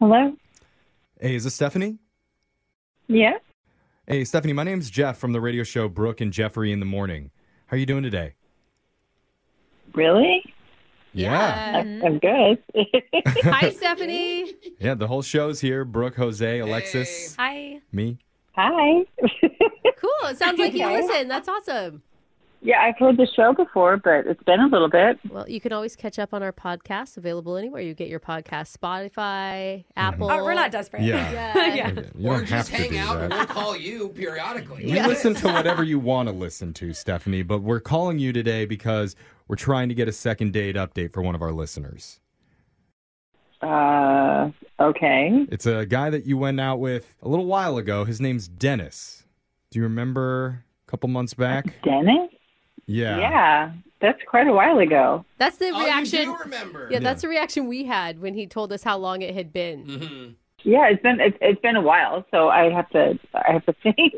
Speaker 21: Hello?
Speaker 4: Hey, is this Stephanie?
Speaker 21: Yeah?
Speaker 4: Hey, Stephanie, my name's Jeff from the radio show Brooke and Jeffrey in the Morning. How are you doing today?
Speaker 21: *laughs* Really?
Speaker 4: Yeah.
Speaker 21: I- I'm good.
Speaker 1: Hi, Stephanie.
Speaker 4: Yeah, the whole show's here. Brooke, Jose, Alexis,
Speaker 1: Hi.
Speaker 4: me.
Speaker 21: Hi. *laughs*
Speaker 1: Cool. It sounds like you
Speaker 21: Okay.
Speaker 1: listen. That's awesome.
Speaker 21: Yeah, I've heard the show before, but it's been a little bit.
Speaker 1: Well, you can always catch up on our podcast, available anywhere you get your podcast, Spotify, Apple.
Speaker 3: Oh, we're not desperate.
Speaker 4: Mm-hmm.
Speaker 3: *laughs*
Speaker 4: Yeah.
Speaker 1: Yeah.
Speaker 4: You don't have to
Speaker 2: Hang
Speaker 4: do
Speaker 2: out and
Speaker 4: that.
Speaker 2: we'll call you periodically.
Speaker 4: You listen
Speaker 2: *laughs*
Speaker 4: to whatever you want to listen to, Stephanie, but we're calling you today because we're trying to get a second date update for one of our listeners.
Speaker 21: Uh, okay.
Speaker 4: It's a guy that you went out with a little while ago. His name's Dennis. Do you remember a couple months back?
Speaker 21: Dennis?
Speaker 4: Yeah.
Speaker 21: Yeah, that's quite a while ago.
Speaker 1: That's the reaction. Yeah, that's the reaction we had when he told us how long it had been.
Speaker 21: Yeah, it's been it's, it's been a while, so I have to I have to *laughs* think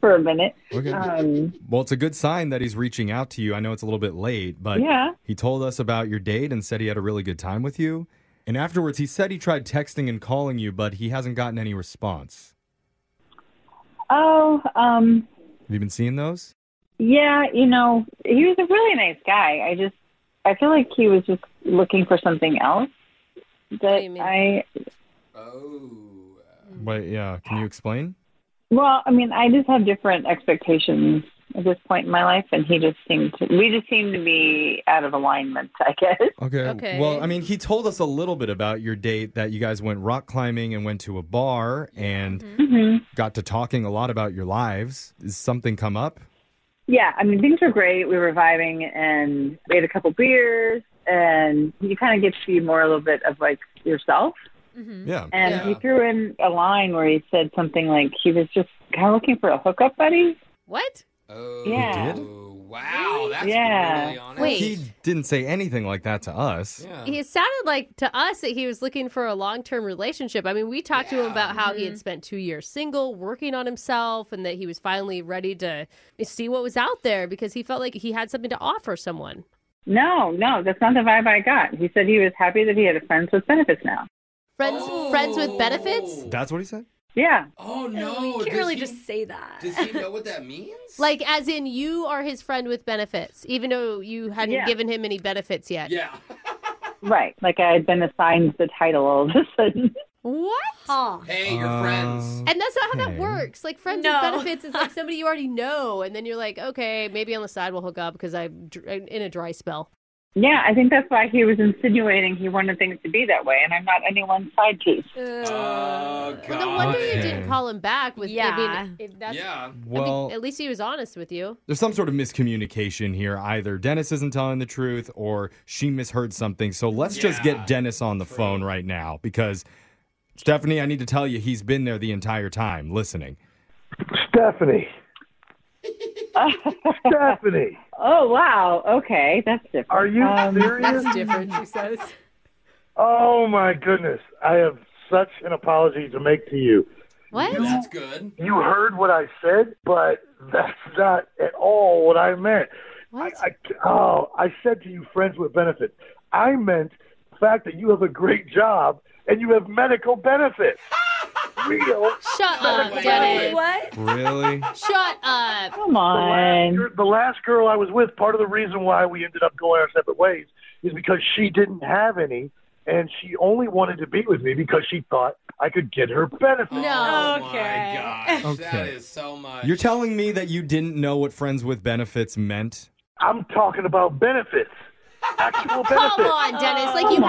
Speaker 21: for a minute.
Speaker 4: Okay.
Speaker 21: Um,
Speaker 4: Well, it's a good sign that he's reaching out to you. I know it's a little bit late, but
Speaker 21: Yeah.
Speaker 4: he told us about your date and said he had a really good time with you. And afterwards, he said he tried texting and calling you, but he hasn't gotten any response.
Speaker 21: oh, um,
Speaker 4: Have you been seeing those?
Speaker 21: yeah, you know, he was a really nice guy. I just I feel like he was just looking for something else that I
Speaker 4: Wait, yeah. Can you explain?
Speaker 21: Well, I mean, I just have different expectations at this point in my life, and he just seemed to, we just seemed to be out of alignment, I guess.
Speaker 4: Okay.
Speaker 21: Okay.
Speaker 4: Well, I mean, he told us a little bit about your date that you guys went rock climbing and went to a bar and
Speaker 21: Mhm.
Speaker 4: got to talking a lot about your lives. Is something come up?
Speaker 21: Yeah, I mean, things were great. We were vibing, and we had a couple beers, and you kind of get to see more a little bit of like yourself.
Speaker 3: Mm-hmm.
Speaker 4: Yeah.
Speaker 21: And he threw in a line where he said something like he was just kind of looking for a hookup buddy.
Speaker 1: What?
Speaker 2: Oh,
Speaker 21: Yeah.
Speaker 2: wow. That's
Speaker 21: Yeah.
Speaker 2: really honest.
Speaker 1: Wait.
Speaker 4: He didn't say anything like that to us.
Speaker 1: He sounded like to us that he was looking for a long term relationship. I mean, we talked to him about how he had spent two years single, working on himself, and that he was finally ready to see what was out there because he felt like he had something to offer someone.
Speaker 21: No, no, that's not the vibe I got. He said he was happy that he had a friends with benefits now.
Speaker 1: Friends, friends with benefits.
Speaker 4: That's what he said?
Speaker 21: Yeah.
Speaker 2: Oh no!
Speaker 1: you can't
Speaker 2: does
Speaker 1: really
Speaker 2: he-
Speaker 1: just say that.
Speaker 2: Does he know what that means?
Speaker 1: *laughs* Like, as in, you are his friend with benefits, even though you hadn't
Speaker 21: Yeah.
Speaker 1: given him any benefits yet.
Speaker 2: Yeah.
Speaker 21: Right. Like I had been assigned the title all of a sudden. *laughs*
Speaker 1: What?
Speaker 2: Hey, you're
Speaker 4: Um,
Speaker 2: friends.
Speaker 1: And that's not how that
Speaker 21: Okay.
Speaker 1: works. Like friends
Speaker 3: No.
Speaker 1: with benefits is *laughs* like somebody you already know, and then you're like, okay, maybe on the side we'll hook up because I'm dr- in a dry spell.
Speaker 21: Yeah, I think that's why he was insinuating he wanted things to be that way, and I'm not anyone's side piece. *laughs*
Speaker 1: Uh,
Speaker 2: Uh,
Speaker 1: Well, no wonder you
Speaker 4: Okay.
Speaker 1: didn't call him back. With I mean, if that's,
Speaker 2: yeah.
Speaker 4: Well-
Speaker 1: at least he was honest with you.
Speaker 4: There's some sort of miscommunication here. Either Dennis isn't telling the truth or she misheard something. So let's just get Dennis on the phone right now because Stephanie, I need to tell you, he's been there the entire time listening.
Speaker 1: Oh.
Speaker 20: Stephanie. Stephanie.
Speaker 21: Oh wow. Okay, that's different. Um,
Speaker 20: Are you serious?
Speaker 21: That's different. She says.
Speaker 20: Oh my goodness. I have such an apology to make to you.
Speaker 1: What?
Speaker 20: That's
Speaker 2: good.
Speaker 20: You heard what I said, but that's not at all what I meant.
Speaker 1: What?
Speaker 20: I, I, oh, I said to you, friends with benefits. I meant the fact that you have a great job and you have medical
Speaker 1: *laughs*
Speaker 20: benefits. Real.
Speaker 1: *laughs* Shut up,
Speaker 20: medical
Speaker 1: Dennis.
Speaker 20: benefits.
Speaker 4: Really?
Speaker 1: Shut up.
Speaker 21: Come
Speaker 20: The last, gir- the last girl I was with, part of the reason why we ended up going our separate ways is because she didn't have any, and she only wanted to be with me because she thought I could get her benefits.
Speaker 2: No. okay. Oh My gosh, that
Speaker 4: Okay.
Speaker 2: is so much.
Speaker 4: You're telling me that you didn't know what friends with benefits meant?
Speaker 20: I'm talking about benefits. Actual benefits.
Speaker 1: Come on, Dennis. Like you
Speaker 20: Come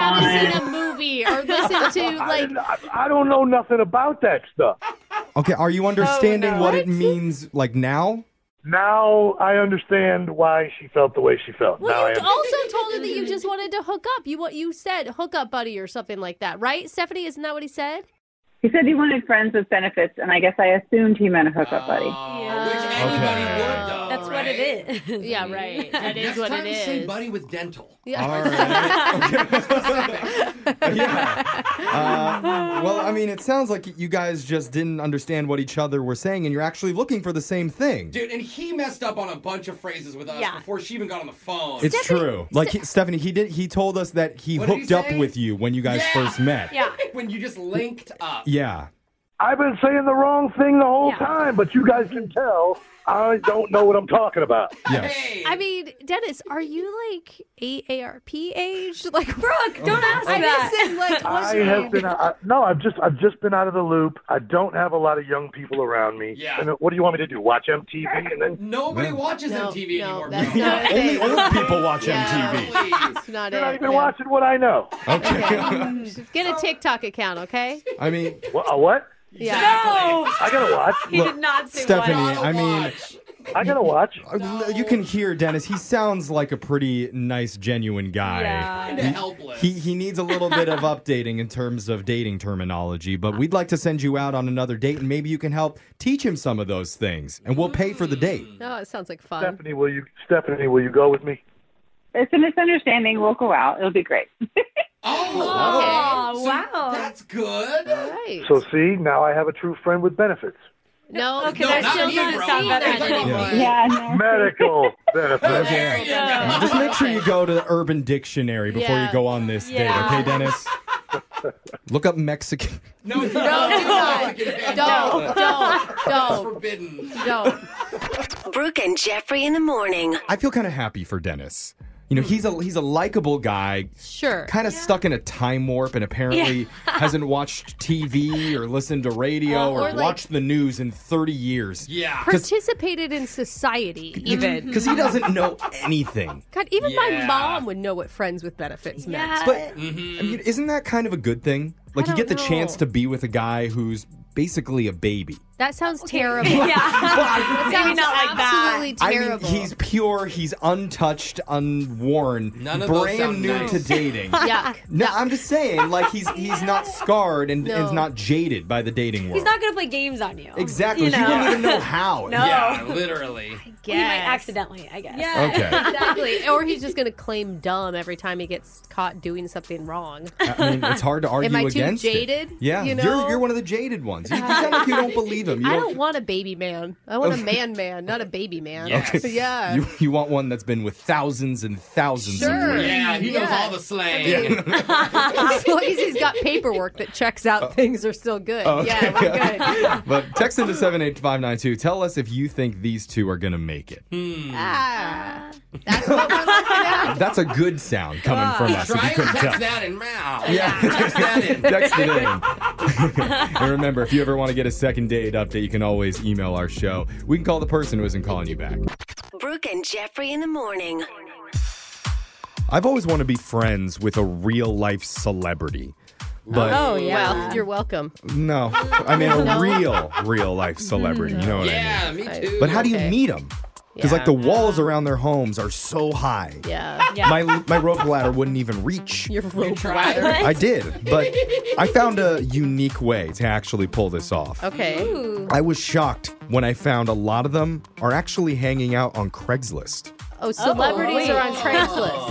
Speaker 20: on.
Speaker 1: haven't seen a movie or listened to like.
Speaker 20: *laughs* I, I don't know nothing about that stuff.
Speaker 4: *laughs* Okay, are you understanding
Speaker 20: no.
Speaker 4: what it means like now?
Speaker 20: Now I understand why she felt the way she felt. now
Speaker 1: Well,
Speaker 20: I
Speaker 1: you
Speaker 20: am-
Speaker 1: also told her that you just wanted to hook up. You what you said, hook up buddy or something like that, right? Stephanie, isn't that what he said?
Speaker 21: He said he wanted friends with benefits, and I guess I assumed he meant a hookup buddy.
Speaker 20: Oh,
Speaker 3: That's what it
Speaker 20: *laughs*
Speaker 1: *laughs*
Speaker 3: is.
Speaker 1: yeah, right. That is
Speaker 2: Next
Speaker 1: what
Speaker 2: time,
Speaker 1: it is.
Speaker 2: say buddy with dental.
Speaker 1: Yeah.
Speaker 4: All Uh, well, I mean, it sounds like you guys just didn't understand what each other were saying, and you're actually looking for the same thing.
Speaker 2: Dude, and he messed up on a bunch of phrases with us
Speaker 1: Yeah.
Speaker 2: before she even got on the phone.
Speaker 4: It's true. Like he, Stephanie, he did. He told us that he
Speaker 2: What did he
Speaker 4: hooked up
Speaker 2: say?
Speaker 4: with you when you guys first met.
Speaker 2: Yeah. *laughs* when you just linked up.
Speaker 4: Yeah.
Speaker 20: I've been saying the wrong thing the whole time, but you guys can tell I don't know what I'm talking about.
Speaker 4: Yeah.
Speaker 1: I mean, Dennis, are you like AARP age? Like
Speaker 3: Brooke, don't ask
Speaker 1: I'm
Speaker 3: that.
Speaker 1: just saying, *laughs* like, what's
Speaker 20: I
Speaker 1: your
Speaker 20: have
Speaker 1: name?
Speaker 20: been I, no, I've just I've just been out of the loop. I don't have a lot of young people around me. Yeah. And what do you want me to do? Watch MTV and then
Speaker 2: Nobody watches MTV anymore.
Speaker 1: that's
Speaker 2: bro.
Speaker 4: *laughs*
Speaker 1: not a
Speaker 4: Only
Speaker 1: thing.
Speaker 4: old people watch MTV.
Speaker 1: That's not
Speaker 20: You're
Speaker 1: it.
Speaker 20: not even
Speaker 1: man.
Speaker 20: watching what I know.
Speaker 4: Okay.
Speaker 1: Get a TikTok
Speaker 20: *laughs*
Speaker 1: account, okay?
Speaker 4: I mean,
Speaker 20: what? A what?
Speaker 1: Yeah.
Speaker 20: I gotta watch.
Speaker 4: Look, Stephanie. I mean, Uh,
Speaker 20: I gotta watch.
Speaker 4: You can hear Dennis. He sounds like a pretty nice, genuine guy.
Speaker 2: Kinda helpless.
Speaker 4: He he needs a little bit of updating in terms of dating terminology, but we'd like to send you out on another date, and maybe you can help teach him some of those things, and we'll pay for the date.
Speaker 1: No, Oh, it sounds like fun.
Speaker 20: Stephanie, will you Stephanie, will you go with me?
Speaker 21: It's a misunderstanding. We'll go out. It'll be great.
Speaker 2: Oh,
Speaker 3: okay.
Speaker 2: So
Speaker 3: wow.
Speaker 2: That's good.
Speaker 1: Right.
Speaker 20: So see, now I have a true friend with benefits.
Speaker 1: No,
Speaker 3: okay, that
Speaker 2: not
Speaker 3: still
Speaker 2: me,
Speaker 3: doesn't
Speaker 2: bro.
Speaker 3: sound better
Speaker 2: Like,
Speaker 3: than
Speaker 2: come on.
Speaker 3: anything.
Speaker 2: Yeah,
Speaker 20: Medical benefits.
Speaker 4: Okay. Just make sure you go to the Urban Dictionary before
Speaker 2: Yeah.
Speaker 4: you go on this
Speaker 2: Yeah.
Speaker 4: date, okay, Dennis? Look up Mexican.
Speaker 2: No, do
Speaker 1: No, do
Speaker 2: not.
Speaker 1: not.
Speaker 2: do not.
Speaker 1: Don't, don't,
Speaker 2: That's
Speaker 1: don't.
Speaker 2: forbidden.
Speaker 1: Don't.
Speaker 8: Brooke and Jeffrey in the morning.
Speaker 4: I feel kind of happy for Dennis. You know, he's a he's a likable guy.
Speaker 1: Sure.
Speaker 4: Kind of stuck in a time warp and apparently
Speaker 1: Yeah. *laughs*
Speaker 4: hasn't watched TV or listened to radio
Speaker 1: Uh,
Speaker 4: or,
Speaker 1: or, like-
Speaker 4: watched the news in 30 years.
Speaker 2: Yeah.
Speaker 1: Participated in
Speaker 4: *laughs*
Speaker 1: society, even.
Speaker 4: Because he doesn't know anything.
Speaker 1: God, even
Speaker 4: Yeah.
Speaker 1: my mom would know what friends with benefits meant.
Speaker 4: But I
Speaker 2: Hmm.
Speaker 4: mean, isn't that kind of a good thing? Like you
Speaker 1: don't
Speaker 4: get the
Speaker 1: know.
Speaker 4: chance to be with a guy who's basically a baby.
Speaker 1: that sounds terrible.
Speaker 3: *laughs* Yeah.
Speaker 1: *laughs* That
Speaker 3: Maybe
Speaker 1: sounds
Speaker 3: not like that.
Speaker 1: absolutely
Speaker 4: I mean,
Speaker 1: terrible.
Speaker 4: he's pure, he's untouched, unworn,
Speaker 2: None of those
Speaker 4: brand
Speaker 2: sound
Speaker 4: new
Speaker 2: nice.
Speaker 4: to
Speaker 1: *laughs*
Speaker 4: dating.
Speaker 1: Yuck.
Speaker 4: No, I'm just saying, like he's
Speaker 1: *laughs*
Speaker 4: he's not scarred and, and is
Speaker 3: No.
Speaker 4: not jaded by the dating world.
Speaker 3: He's not going to play games on you.
Speaker 4: exactly.
Speaker 3: You know?
Speaker 4: He wouldn't
Speaker 1: *laughs*
Speaker 4: even know how.
Speaker 3: No. Yeah,
Speaker 2: literally.
Speaker 3: Well, you might accidentally, I guess.
Speaker 1: Yeah,
Speaker 4: Okay.
Speaker 1: *laughs* exactly. Or he's just going to claim dumb every time he gets caught doing something wrong.
Speaker 4: I mean, it's hard to
Speaker 1: *laughs*
Speaker 4: argue
Speaker 1: Am I too
Speaker 4: against. it.
Speaker 1: jaded?
Speaker 4: Yeah,
Speaker 1: You
Speaker 4: are
Speaker 1: know?
Speaker 4: you're one of the jaded ones.
Speaker 1: *laughs*
Speaker 4: You, you sound like you don't believe him. You
Speaker 1: I don't want a baby man. I want a man man, not a baby
Speaker 4: *laughs*
Speaker 1: man.
Speaker 4: Okay.
Speaker 1: Yeah.
Speaker 4: You, you want one that's been with thousands and thousands of
Speaker 1: Sure.
Speaker 4: women.
Speaker 2: Yeah, he knows
Speaker 1: Yeah.
Speaker 2: all the slang.
Speaker 1: *laughs*
Speaker 2: *laughs*
Speaker 1: as long as he's got paperwork that checks out things are still good.
Speaker 4: Oh, okay.
Speaker 1: Yeah, we're good.
Speaker 4: *laughs* but text into 78592. Tell us if you think these two are going to make it.
Speaker 1: Hmm. Ah, that's what we're looking at.
Speaker 4: That's a good sound *laughs* coming from us. If
Speaker 2: Try
Speaker 4: you
Speaker 2: and
Speaker 4: couldn't
Speaker 2: text
Speaker 4: tell.
Speaker 2: that in mouth. *laughs*
Speaker 4: Yeah.
Speaker 2: Text that in.
Speaker 4: *laughs* Text it in. and remember, if you ever want to get a second date update, you can always email our show. We can call the person who isn't calling you back.
Speaker 8: Brooke and Jeffrey in the morning.
Speaker 4: I've always wanted to be friends with a real life celebrity. But
Speaker 1: oh yeah. Well, you're welcome.
Speaker 4: no, I mean
Speaker 1: *laughs*
Speaker 4: a
Speaker 1: No.
Speaker 4: real, real life celebrity. You know what I mean?
Speaker 1: me too.
Speaker 4: But how do you meet them? Because like
Speaker 1: Yeah.
Speaker 4: the walls around their homes are so high.
Speaker 1: Yeah.
Speaker 4: My my rope ladder wouldn't even reach.
Speaker 1: *laughs* Your rope *laughs*
Speaker 4: ladder. I did, but I found a unique way to actually pull this off.
Speaker 1: Okay.
Speaker 4: I was shocked when I found a lot of them are actually hanging out on Craigslist.
Speaker 1: Oh, celebrities
Speaker 7: Oh,
Speaker 1: are on Craigslist.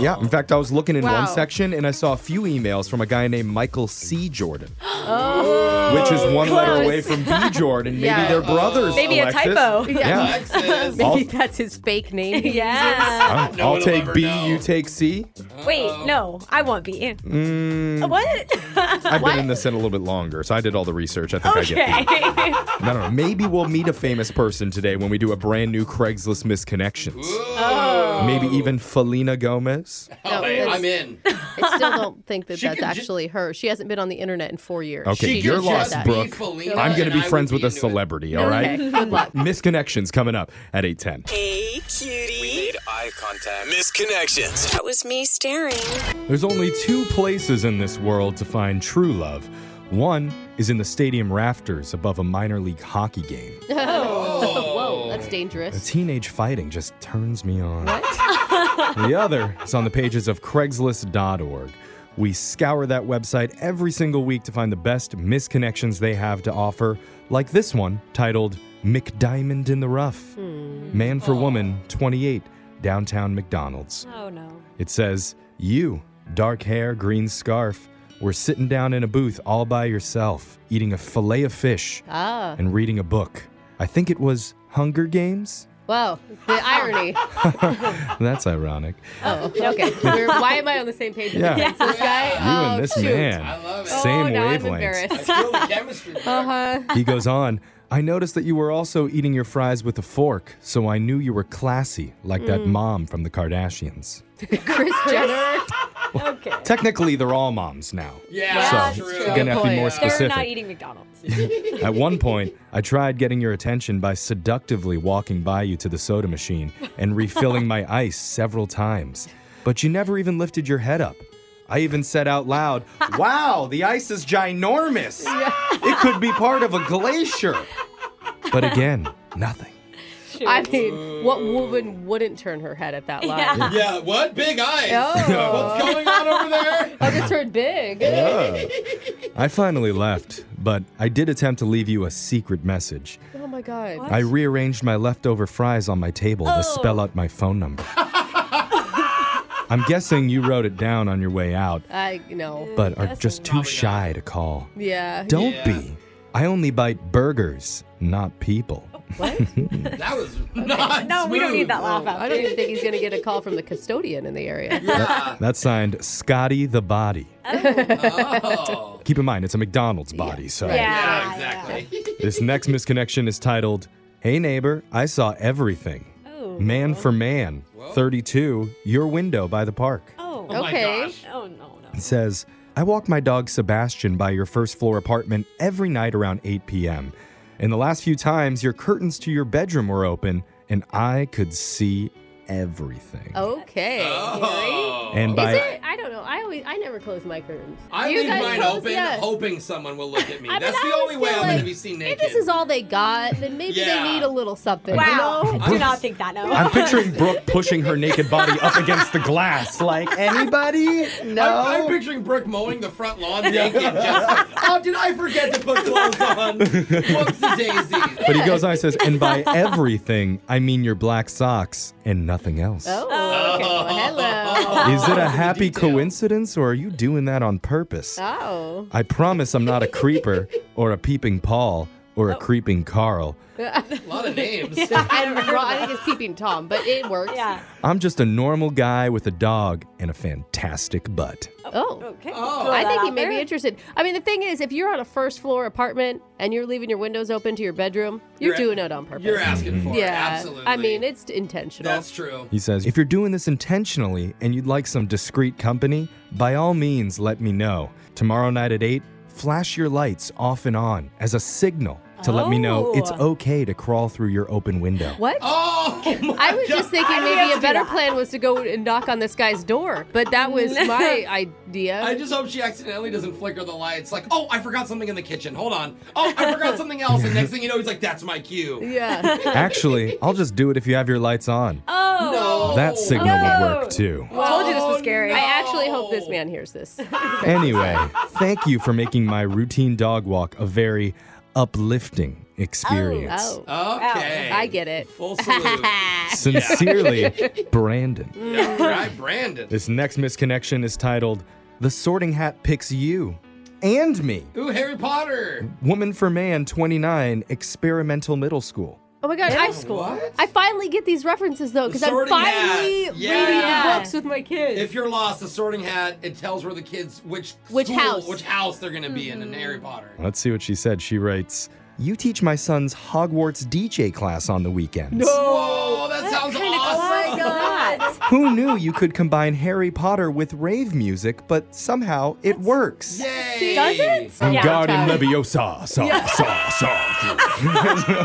Speaker 17: *gasps*
Speaker 4: Yeah, in fact, I was looking in
Speaker 1: Wow.
Speaker 4: one section and I saw a few emails from a guy named Michael
Speaker 1: *gasps*
Speaker 4: C. Jordan,
Speaker 1: Oh.
Speaker 4: which is one letter
Speaker 1: Close.
Speaker 4: away from B. Jordan. Maybe
Speaker 1: Yeah.
Speaker 4: they're brothers.
Speaker 1: Maybe
Speaker 4: Alexis.
Speaker 1: a typo.
Speaker 4: Yeah.
Speaker 1: Maybe
Speaker 4: I'll-
Speaker 1: that's his
Speaker 3: *laughs*
Speaker 1: fake name.
Speaker 3: Yeah. No
Speaker 4: I'll,
Speaker 3: one
Speaker 4: I'll
Speaker 3: will
Speaker 4: take
Speaker 3: ever
Speaker 4: B, you take C.
Speaker 3: Wait, no, I won't be. *laughs*
Speaker 4: Mm,
Speaker 3: What?
Speaker 4: I've been in this in a little bit longer, so I did all the research.
Speaker 1: *laughs*
Speaker 4: I think I get B.
Speaker 3: okay.
Speaker 4: I don't know. Maybe we'll meet a famous person today when we do a brand new Craigslist misconnections.
Speaker 1: Oh.
Speaker 4: Maybe even Felina Gomez.
Speaker 1: No,
Speaker 2: Hey,
Speaker 1: it's-
Speaker 2: I'm in.
Speaker 1: Oh, *laughs* I still don't think that
Speaker 2: She
Speaker 1: that's
Speaker 2: could ju-
Speaker 1: actually her. She hasn't been on the internet in four years.
Speaker 4: Okay,
Speaker 1: She
Speaker 4: you're
Speaker 1: just said that.
Speaker 4: lost, Brooke. I'm going to be friends with a celebrity, all right?
Speaker 1: Okay, good luck.
Speaker 4: Misconnections coming up at 810.
Speaker 10: Hey, cutie. We need eye contact. Misconnections.
Speaker 8: That was me staring.
Speaker 4: There's only two places in this world to find true love. One is in the stadium rafters above a minor league hockey game.
Speaker 1: *laughs* Whoa, that's
Speaker 2: Oh.
Speaker 4: The
Speaker 1: dangerous.
Speaker 4: teenage fighting just turns me on.
Speaker 1: What?
Speaker 4: The other is on the pages of Craigslist.org. We scour that website every single week to find the best misconnections they have to offer, like this one titled McDiamond in the Rough
Speaker 3: Hmm.
Speaker 4: Man for Woman, 28, Downtown McDonald's.
Speaker 3: Oh no.
Speaker 4: It says, You, dark hair, green scarf, were sitting down in a booth all by yourself, eating a fillet of fish
Speaker 1: Ah.
Speaker 4: and reading a book. I think it was Hunger
Speaker 3: *laughs*
Speaker 4: Games? *laughs*
Speaker 1: Wow, the irony.
Speaker 4: That's ironic.
Speaker 1: *laughs* Oh, okay. We're, why am I on the same page as
Speaker 4: Yeah.
Speaker 1: this guy?
Speaker 4: You
Speaker 1: oh,
Speaker 4: and this
Speaker 1: shoot. Oh,
Speaker 4: man. Same
Speaker 1: *laughs*
Speaker 4: wavelengths.
Speaker 1: Uh huh.
Speaker 4: He goes on, I noticed that you were also eating your fries with a fork, so I knew you were classy, like that
Speaker 1: Mm.
Speaker 4: mom from the Kardashians.
Speaker 3: *laughs*
Speaker 1: Chris Jenner.
Speaker 3: okay.
Speaker 4: Technically, they're all moms now. so you're going to have to be more
Speaker 3: They're
Speaker 4: specific.
Speaker 3: not eating McDonald's.
Speaker 4: At one point, I tried getting your attention by seductively walking by you to the soda machine and refilling my ice several times, but you never even lifted your head up. I even said out loud, Wow, the ice is ginormous. It could be part of a glacier. But again, nothing.
Speaker 1: I mean, what woman wouldn't turn her head at that line?
Speaker 2: Yeah. Yeah, what? Big eyes.
Speaker 4: *laughs*
Speaker 1: Oh.
Speaker 2: What's going on over there?
Speaker 1: *laughs* I just heard big.
Speaker 4: Yeah. I finally left, but I did attempt to leave you a secret message.
Speaker 1: Oh my god.
Speaker 4: I rearranged my leftover fries on my table to
Speaker 1: Oh.
Speaker 4: spell out my
Speaker 1: *laughs*
Speaker 4: phone number. I'm guessing you wrote it down on your way out,
Speaker 1: I know.
Speaker 4: but are just too shy to call.
Speaker 1: Yeah.
Speaker 4: Don't be. I only bite burgers, not
Speaker 1: *laughs*
Speaker 4: people.
Speaker 1: That was
Speaker 3: not No, we don't need smooth. that laugh
Speaker 1: I don't even think he's gonna get a call from the custodian in the area. *laughs*
Speaker 4: That's signed Scotty the Body.
Speaker 3: Oh.
Speaker 4: Keep in mind, it's a McDonald's body, so.
Speaker 2: Yeah, exactly. *laughs*
Speaker 4: This
Speaker 1: *laughs*
Speaker 4: next misconnection is titled, Hey Neighbor, I Saw Everything.
Speaker 1: Oh.
Speaker 4: Man for Man, 32, Your Window by the Park.
Speaker 3: Oh.
Speaker 1: okay.
Speaker 3: Oh no.
Speaker 4: It says, I walk my dog Sebastian by your first floor apartment every night around 8 p.m. In the last few times, your curtains to your bedroom were open and I could see everything.
Speaker 2: Oh.
Speaker 1: Okay.
Speaker 4: And by-
Speaker 1: Is it? I don't know. I always I never close my curtains.
Speaker 2: I
Speaker 1: Do you
Speaker 2: leave
Speaker 1: guys
Speaker 2: mine
Speaker 1: close?
Speaker 2: open,
Speaker 1: Yeah.
Speaker 2: hoping someone will look at me.
Speaker 1: *laughs* I mean,
Speaker 2: That's
Speaker 1: I
Speaker 2: the only
Speaker 1: always
Speaker 2: way
Speaker 1: feel
Speaker 2: I'm
Speaker 1: like
Speaker 2: going to be seen
Speaker 1: If
Speaker 2: naked.
Speaker 1: this is all they got, then maybe they
Speaker 2: Yeah.
Speaker 1: need a little something. you
Speaker 3: Wow.
Speaker 1: know?
Speaker 3: Do not think
Speaker 1: *laughs*
Speaker 3: that. No.
Speaker 4: I'm picturing Brooke pushing her naked body up against the glass, like *laughs* anybody? No.
Speaker 2: I'm, I'm picturing Brooke mowing the front
Speaker 4: *laughs*
Speaker 2: lawn naked. Just, oh, did I forget to put clothes on? Whoops, the daisy.
Speaker 4: But he goes on and says, and by everything, I mean your black socks and nothing else.
Speaker 1: Oh, okay. Well,
Speaker 8: Oh.
Speaker 1: hello.
Speaker 4: Is it a happy coincidence or are you doing that on purpose?
Speaker 1: Oh.
Speaker 4: I promise I'm not a creeper or a peeping Paul or a creeping Carl.
Speaker 1: a
Speaker 2: lot of names.
Speaker 1: *laughs* I, don't know. I think it's peeping Tom, but it works. Yeah.
Speaker 4: I'm just a normal guy with a dog and a fantastic butt.
Speaker 1: Oh.
Speaker 3: Okay.
Speaker 1: I think he may be interested. I mean, the thing is, if you're on a first floor apartment and you're leaving your windows open to your bedroom, you're,
Speaker 2: You're a-
Speaker 1: doing it on purpose.
Speaker 2: you're asking for it,
Speaker 1: yeah. I
Speaker 2: absolutely.
Speaker 1: mean, it's intentional.
Speaker 2: That's true.
Speaker 4: He says, If you're doing this intentionally and you'd like some discreet company, by all means let me know. Tomorrow night at 8, flash your lights off and on as a signal to let me know it's okay to crawl through your open
Speaker 1: *laughs*
Speaker 4: window.
Speaker 1: What?
Speaker 2: Oh, *laughs*
Speaker 1: I was just thinking
Speaker 2: How do you
Speaker 1: maybe
Speaker 2: have
Speaker 1: a
Speaker 2: to
Speaker 1: better
Speaker 2: do that?
Speaker 1: plan was to go and knock on this guy's door, but
Speaker 2: *laughs*
Speaker 1: that was my idea.
Speaker 2: I just hope she accidentally doesn't flicker the lights. Like, oh, I forgot something in the kitchen. Hold on. Oh, I forgot something else. And next thing you know, he's like, that's my cue. *laughs*
Speaker 1: Yeah.
Speaker 4: Actually, I'll just do it if you have your lights on.
Speaker 1: Oh,
Speaker 4: That signal would
Speaker 2: Oh.
Speaker 4: work too.
Speaker 1: told you this was scary. I actually hope this man
Speaker 2: *laughs*
Speaker 1: hears this.
Speaker 4: Anyway,
Speaker 2: Oh.
Speaker 4: thank you for making my routine dog walk a very uplifting experience.
Speaker 1: Oh, okay. I get it. *laughs*
Speaker 2: Full salute.
Speaker 1: Oh,
Speaker 4: Sincerely, Brandon.
Speaker 2: Yeah, right, Brandon.
Speaker 4: This next misconnection is titled The Sorting Hat Picks You and Me.
Speaker 2: Ooh, Harry Potter.
Speaker 4: Woman for Man 29, Experimental Middle School.
Speaker 1: Oh my god, I school. I finally get these references though, because I'm
Speaker 2: Sorting Hat.
Speaker 1: finally reading
Speaker 2: Yeah.
Speaker 1: the books with my kids.
Speaker 2: If you're lost, the sorting hat, it tells where the kids, which
Speaker 1: Which
Speaker 2: school-
Speaker 1: house.
Speaker 2: which house they're going to be in in Harry Potter.
Speaker 4: Let's see what she said. She writes, You teach my son's Hogwarts DJ class on the weekends.
Speaker 2: Whoa, that, sounds awesome.
Speaker 3: Oh my
Speaker 2: *laughs*
Speaker 3: god.
Speaker 4: Who knew you could combine Harry Potter with rave music, but somehow it works?
Speaker 2: Yay.
Speaker 3: Does it?
Speaker 4: Wingardium Leviosa. Sa,
Speaker 3: Yeah.
Speaker 4: sa, sa.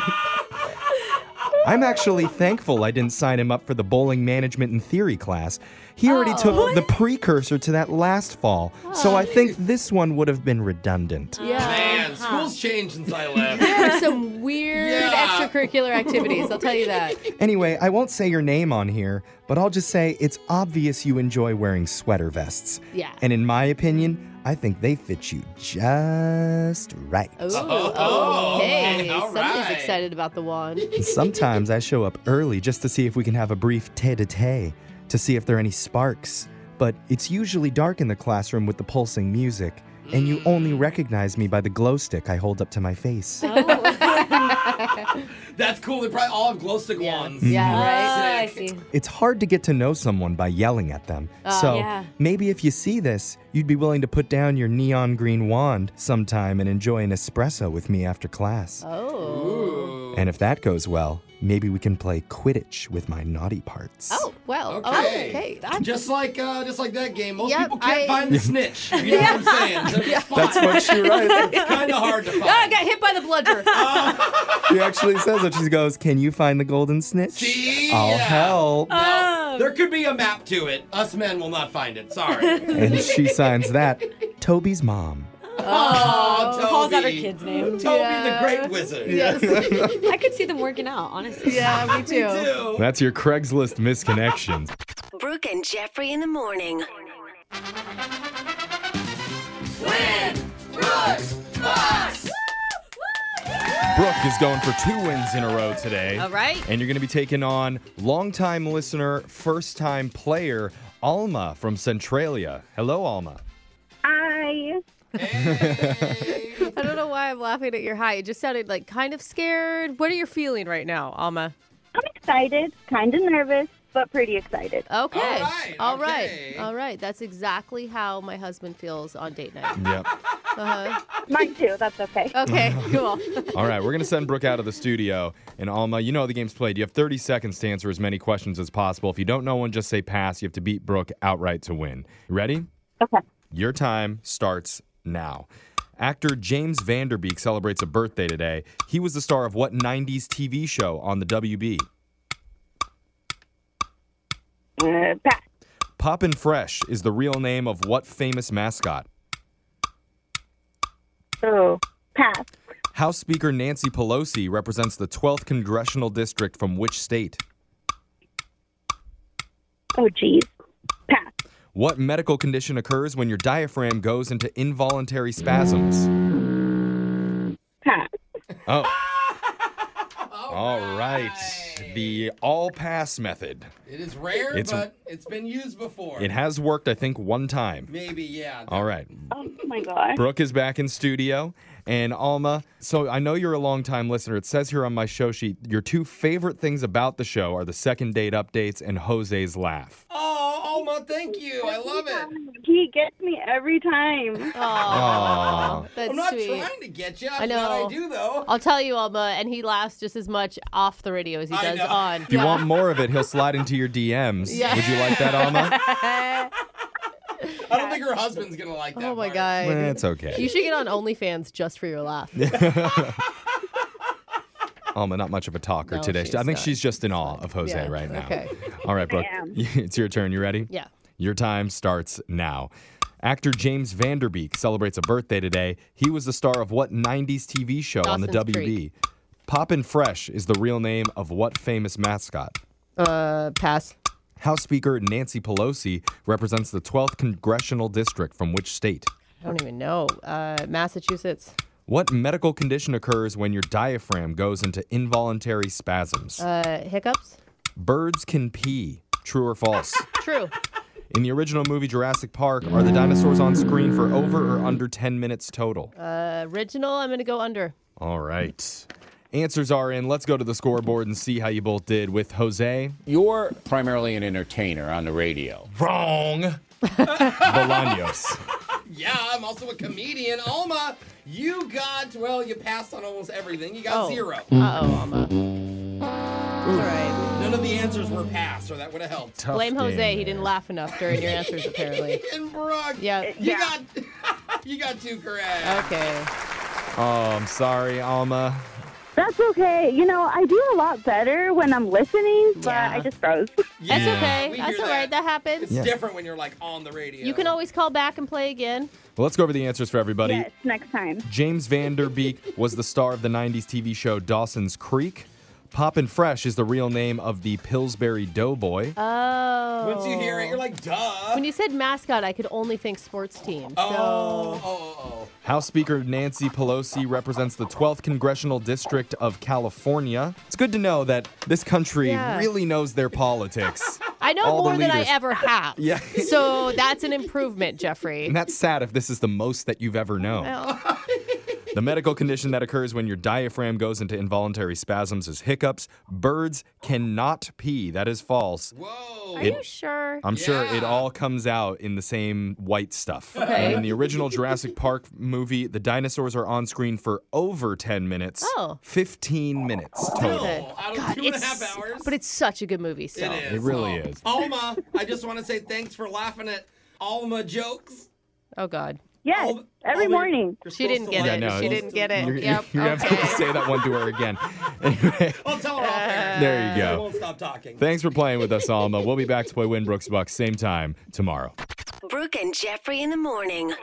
Speaker 4: I'm actually thankful I didn't sign him up for the bowling management and theory class. He already
Speaker 1: Oh.
Speaker 4: took
Speaker 1: What?
Speaker 4: the precursor to that last fall, so I think this one would have been redundant.
Speaker 1: Yeah.
Speaker 2: Man, school's changed since I left.
Speaker 1: *laughs* There are some weird
Speaker 2: Yeah.
Speaker 1: extracurricular activities, I'll tell
Speaker 2: *laughs*
Speaker 1: you that.
Speaker 4: Anyway, I won't say your name on here, but I'll just say it's obvious you enjoy wearing sweater vests.
Speaker 1: Yeah.
Speaker 4: And in my opinion, I think they fit you just right.
Speaker 1: Ooh,
Speaker 2: Oh,
Speaker 1: okay.
Speaker 2: okay, all
Speaker 1: Somebody's
Speaker 2: right.
Speaker 1: excited about
Speaker 2: *laughs*
Speaker 1: the wand.
Speaker 4: Sometimes I show up early just to see if we can have a brief tete a tete to see if there are any sparks, but it's usually dark in the classroom with the pulsing music, and you only recognize me by the glow stick I hold up to my face.
Speaker 2: *laughs* That's cool. They probably all have glow stick wands.
Speaker 4: Yeah,
Speaker 1: Oh,
Speaker 3: right.
Speaker 2: Sick.
Speaker 4: It's hard to get to know someone by yelling at them,
Speaker 2: Uh,
Speaker 4: so
Speaker 2: yeah.
Speaker 4: maybe if you see this, you'd be willing to put down your neon green wand sometime and enjoy an espresso with me after class.
Speaker 1: Oh.
Speaker 4: And if that goes well, maybe we can play Quidditch with my naughty parts.
Speaker 1: Oh, well.
Speaker 2: Okay.
Speaker 1: Okay. okay. That's-
Speaker 2: Just like uh, just like that game, most
Speaker 1: Yep,
Speaker 2: people can't
Speaker 1: I-
Speaker 4: *laughs*
Speaker 2: find the snitch. You know what
Speaker 1: *laughs*
Speaker 2: I'm saying? So it's fine.
Speaker 4: That's what she writes.
Speaker 2: *laughs* It's kind of hard to
Speaker 1: Oh,
Speaker 2: find.
Speaker 1: I got hit by the bludger.
Speaker 4: She actually says it. She goes, Can you find the golden snitch?
Speaker 2: See? *laughs*
Speaker 4: I'll
Speaker 2: Yeah.
Speaker 1: *laughs*
Speaker 4: help.
Speaker 1: Um.
Speaker 2: No, there could be a map to it. Us men will not find it.
Speaker 1: *laughs*
Speaker 2: Sorry.
Speaker 4: And
Speaker 2: *laughs*
Speaker 4: she signs that Toby's mom.
Speaker 2: Oh, Toby.
Speaker 3: Calls out her kid's name.
Speaker 2: Toby the Great Wizard.
Speaker 3: *laughs* I could see them working out, honestly.
Speaker 1: Yeah, *laughs* me too.
Speaker 4: That's your Craigslist misconnections.
Speaker 8: Brooke and Jeffrey in the morning.
Speaker 4: Brooke is going for two wins in a row today.
Speaker 1: All right.
Speaker 4: And you're going to be taking on longtime listener, first time player, Alma from Centralia. Hello, Alma.
Speaker 1: Hi. *laughs* I don't know why I'm laughing at your hi. It just sounded like kind of scared. What are you feeling right now, Alma?
Speaker 7: I'm excited, kind of nervous, but pretty excited.
Speaker 1: Okay. All
Speaker 7: right,
Speaker 1: All right.
Speaker 7: okay.
Speaker 1: All right. That's exactly how my husband feels on date night.
Speaker 4: Yep.
Speaker 1: Uh-huh.
Speaker 7: *laughs* Mine too. That's okay.
Speaker 1: Okay.
Speaker 7: *laughs*
Speaker 1: Cool.
Speaker 4: All right, we're going to send Brooke out of the studio. And Alma, you know how the game's played. You have 30 seconds to answer as many questions as possible. If you don't know one, just say pass. You have to beat Brooke outright to win. Ready?
Speaker 7: Okay.
Speaker 4: Your time starts now. Actor James Vanderbeek celebrates a birthday today. He was the star of what 90s TV show on the WB?
Speaker 7: Uh, pass.
Speaker 4: Poppin' Fresh is the real name of what famous mascot?
Speaker 7: Oh, pass.
Speaker 4: House Speaker Nancy Pelosi represents the 12th congressional district from which state?
Speaker 7: Oh, geez.
Speaker 4: What medical condition occurs when your diaphragm goes into involuntary spasms?
Speaker 7: Pass.
Speaker 2: *laughs*
Speaker 4: Oh. All right. The all pass method.
Speaker 2: It is rare,
Speaker 4: It's-
Speaker 2: but it's been used before.
Speaker 4: It has worked, I think, one time.
Speaker 2: Maybe, yeah.
Speaker 4: All right.
Speaker 7: Oh my god.
Speaker 4: Brooke is back in studio. And Alma, so I know you're a longtime listener. It says here on my show sheet your two favorite things about the show are the second date updates and Jose's laugh.
Speaker 2: Oh, Alma, thank you. I love it.
Speaker 7: He gets me every
Speaker 1: *laughs*
Speaker 7: time.
Speaker 4: Aw.
Speaker 1: That's
Speaker 2: I'm not
Speaker 1: sweet.
Speaker 2: trying to get you.
Speaker 1: I know.
Speaker 2: But I do, though.
Speaker 1: I'll tell you, Alma, and he laughs just as much off the radio as he does on.
Speaker 4: If you want more of it, he'll slide into your DMs.
Speaker 1: Yeah.
Speaker 4: Would you like
Speaker 2: *laughs*
Speaker 4: that,
Speaker 1: *laughs*
Speaker 4: Alma?
Speaker 2: I don't think her husband's going to like that.
Speaker 1: Oh my god.
Speaker 4: Eh, it's okay. *laughs*
Speaker 1: You should get on OnlyFans just for your laugh.
Speaker 4: Alma, not much of a talker
Speaker 1: No,
Speaker 4: today.
Speaker 1: she's
Speaker 4: I think
Speaker 1: not.
Speaker 4: she's just in awe of Jose
Speaker 1: Yeah,
Speaker 4: right now.
Speaker 1: okay.
Speaker 4: All right, Brooke.
Speaker 1: I am.
Speaker 4: *laughs* It's your turn. You ready?
Speaker 1: Yeah.
Speaker 4: Your time starts now. Actor James Vanderbeek celebrates a birthday today. He was the star of what 90s TV show on the
Speaker 1: Dawson's
Speaker 4: WB?
Speaker 1: Creek.
Speaker 4: Poppin' Fresh is the real name of what famous mascot?
Speaker 1: Uh, pass.
Speaker 4: House Speaker Nancy Pelosi represents the 12th congressional district from which state?
Speaker 1: I don't even know. Uh, Massachusetts.
Speaker 4: What medical condition occurs when your diaphragm goes into involuntary spasms?
Speaker 1: Uh, hiccups.
Speaker 4: Birds can pee. True or false?
Speaker 1: True.
Speaker 4: In the original movie Jurassic Park, are the dinosaurs on screen for over or under 10 minutes total?
Speaker 1: Uh, original. I'm gonna go under.
Speaker 4: All right. Answers are in. Let's go to the scoreboard and see how you both did with Jose.
Speaker 9: You're primarily an entertainer on the radio.
Speaker 4: Wrong. *laughs* Bolaños.
Speaker 2: Yeah, I'm also a comedian. Alma, you got, well, you passed on almost everything. You got
Speaker 1: Oh.
Speaker 2: zero.
Speaker 1: Uh-oh, Alma.
Speaker 2: All right. None of the answers were passed, or that would have helped.
Speaker 1: Blame Jose. He didn't laugh enough during your answers, apparently.
Speaker 2: *laughs* and Brooke,
Speaker 1: Yeah.
Speaker 2: you got you got two correct.
Speaker 1: Okay.
Speaker 4: Oh, I'm sorry, Alma.
Speaker 22: That's okay. You know, I do a lot better when I'm listening, but I just froze.
Speaker 1: That's okay.
Speaker 2: we
Speaker 1: That's
Speaker 2: hear
Speaker 1: all right. That happens.
Speaker 2: It's different when you're like on the radio.
Speaker 1: You can always call back and play again.
Speaker 4: Well, let's go over the answers for everybody.
Speaker 22: next time.
Speaker 4: James Vanderbeek was the star of the 90s TV show Dawson's Creek. Poppin' Fresh is the real name of the Pillsbury Doughboy.
Speaker 1: Oh.
Speaker 2: Once you hear it, you're like, duh.
Speaker 1: When you said mascot, I could only think sports team. So.
Speaker 2: Oh, oh, oh, oh.
Speaker 4: House Speaker Nancy Pelosi represents the 12th congressional district of California. It's good to know that this country
Speaker 1: Yeah.
Speaker 4: really knows their politics.
Speaker 1: I know
Speaker 4: All the
Speaker 1: more than I
Speaker 4: leaders.
Speaker 1: ever have.
Speaker 4: Yeah.
Speaker 1: *laughs* So that's an improvement, Jeffrey. Oh.
Speaker 4: And that's sad if this is the most that you've ever known.
Speaker 1: Well,
Speaker 4: The medical condition that occurs when your diaphragm goes into involuntary spasms is hiccups. Birds cannot pee. That is false. Whoa.
Speaker 1: Are you sure?
Speaker 4: I'm sure it all comes out in the same white stuff.
Speaker 1: Okay.
Speaker 4: And in the original Jurassic Park movie, the dinosaurs are on screen for over 10 minutes.
Speaker 1: Oh.
Speaker 4: 15 minutes total.
Speaker 1: Okay. God,
Speaker 2: two and a
Speaker 1: it's-
Speaker 2: half hours.
Speaker 1: But it's such a good movie. So.
Speaker 2: It is.
Speaker 4: It really is.
Speaker 2: Alma, I just want to say thanks for laughing at Alma jokes.
Speaker 1: Oh God.
Speaker 22: Yes, every morning.
Speaker 1: She didn't get
Speaker 4: Yeah,
Speaker 1: it.
Speaker 4: no,
Speaker 1: she
Speaker 4: it's-
Speaker 1: didn't get it.
Speaker 4: You're,
Speaker 1: yep.
Speaker 4: *laughs* you're gonna have to say that one to her
Speaker 1: *laughs*
Speaker 4: again. Anyway,
Speaker 2: I'll tell her off air.
Speaker 4: there
Speaker 1: Uh,
Speaker 4: you
Speaker 2: I
Speaker 4: go.
Speaker 2: won't stop talking.
Speaker 4: Thanks for playing with us, Alma. We'll be back to play Winbrooks Bucks same time tomorrow.
Speaker 8: Brooke and Jeffrey in the morning.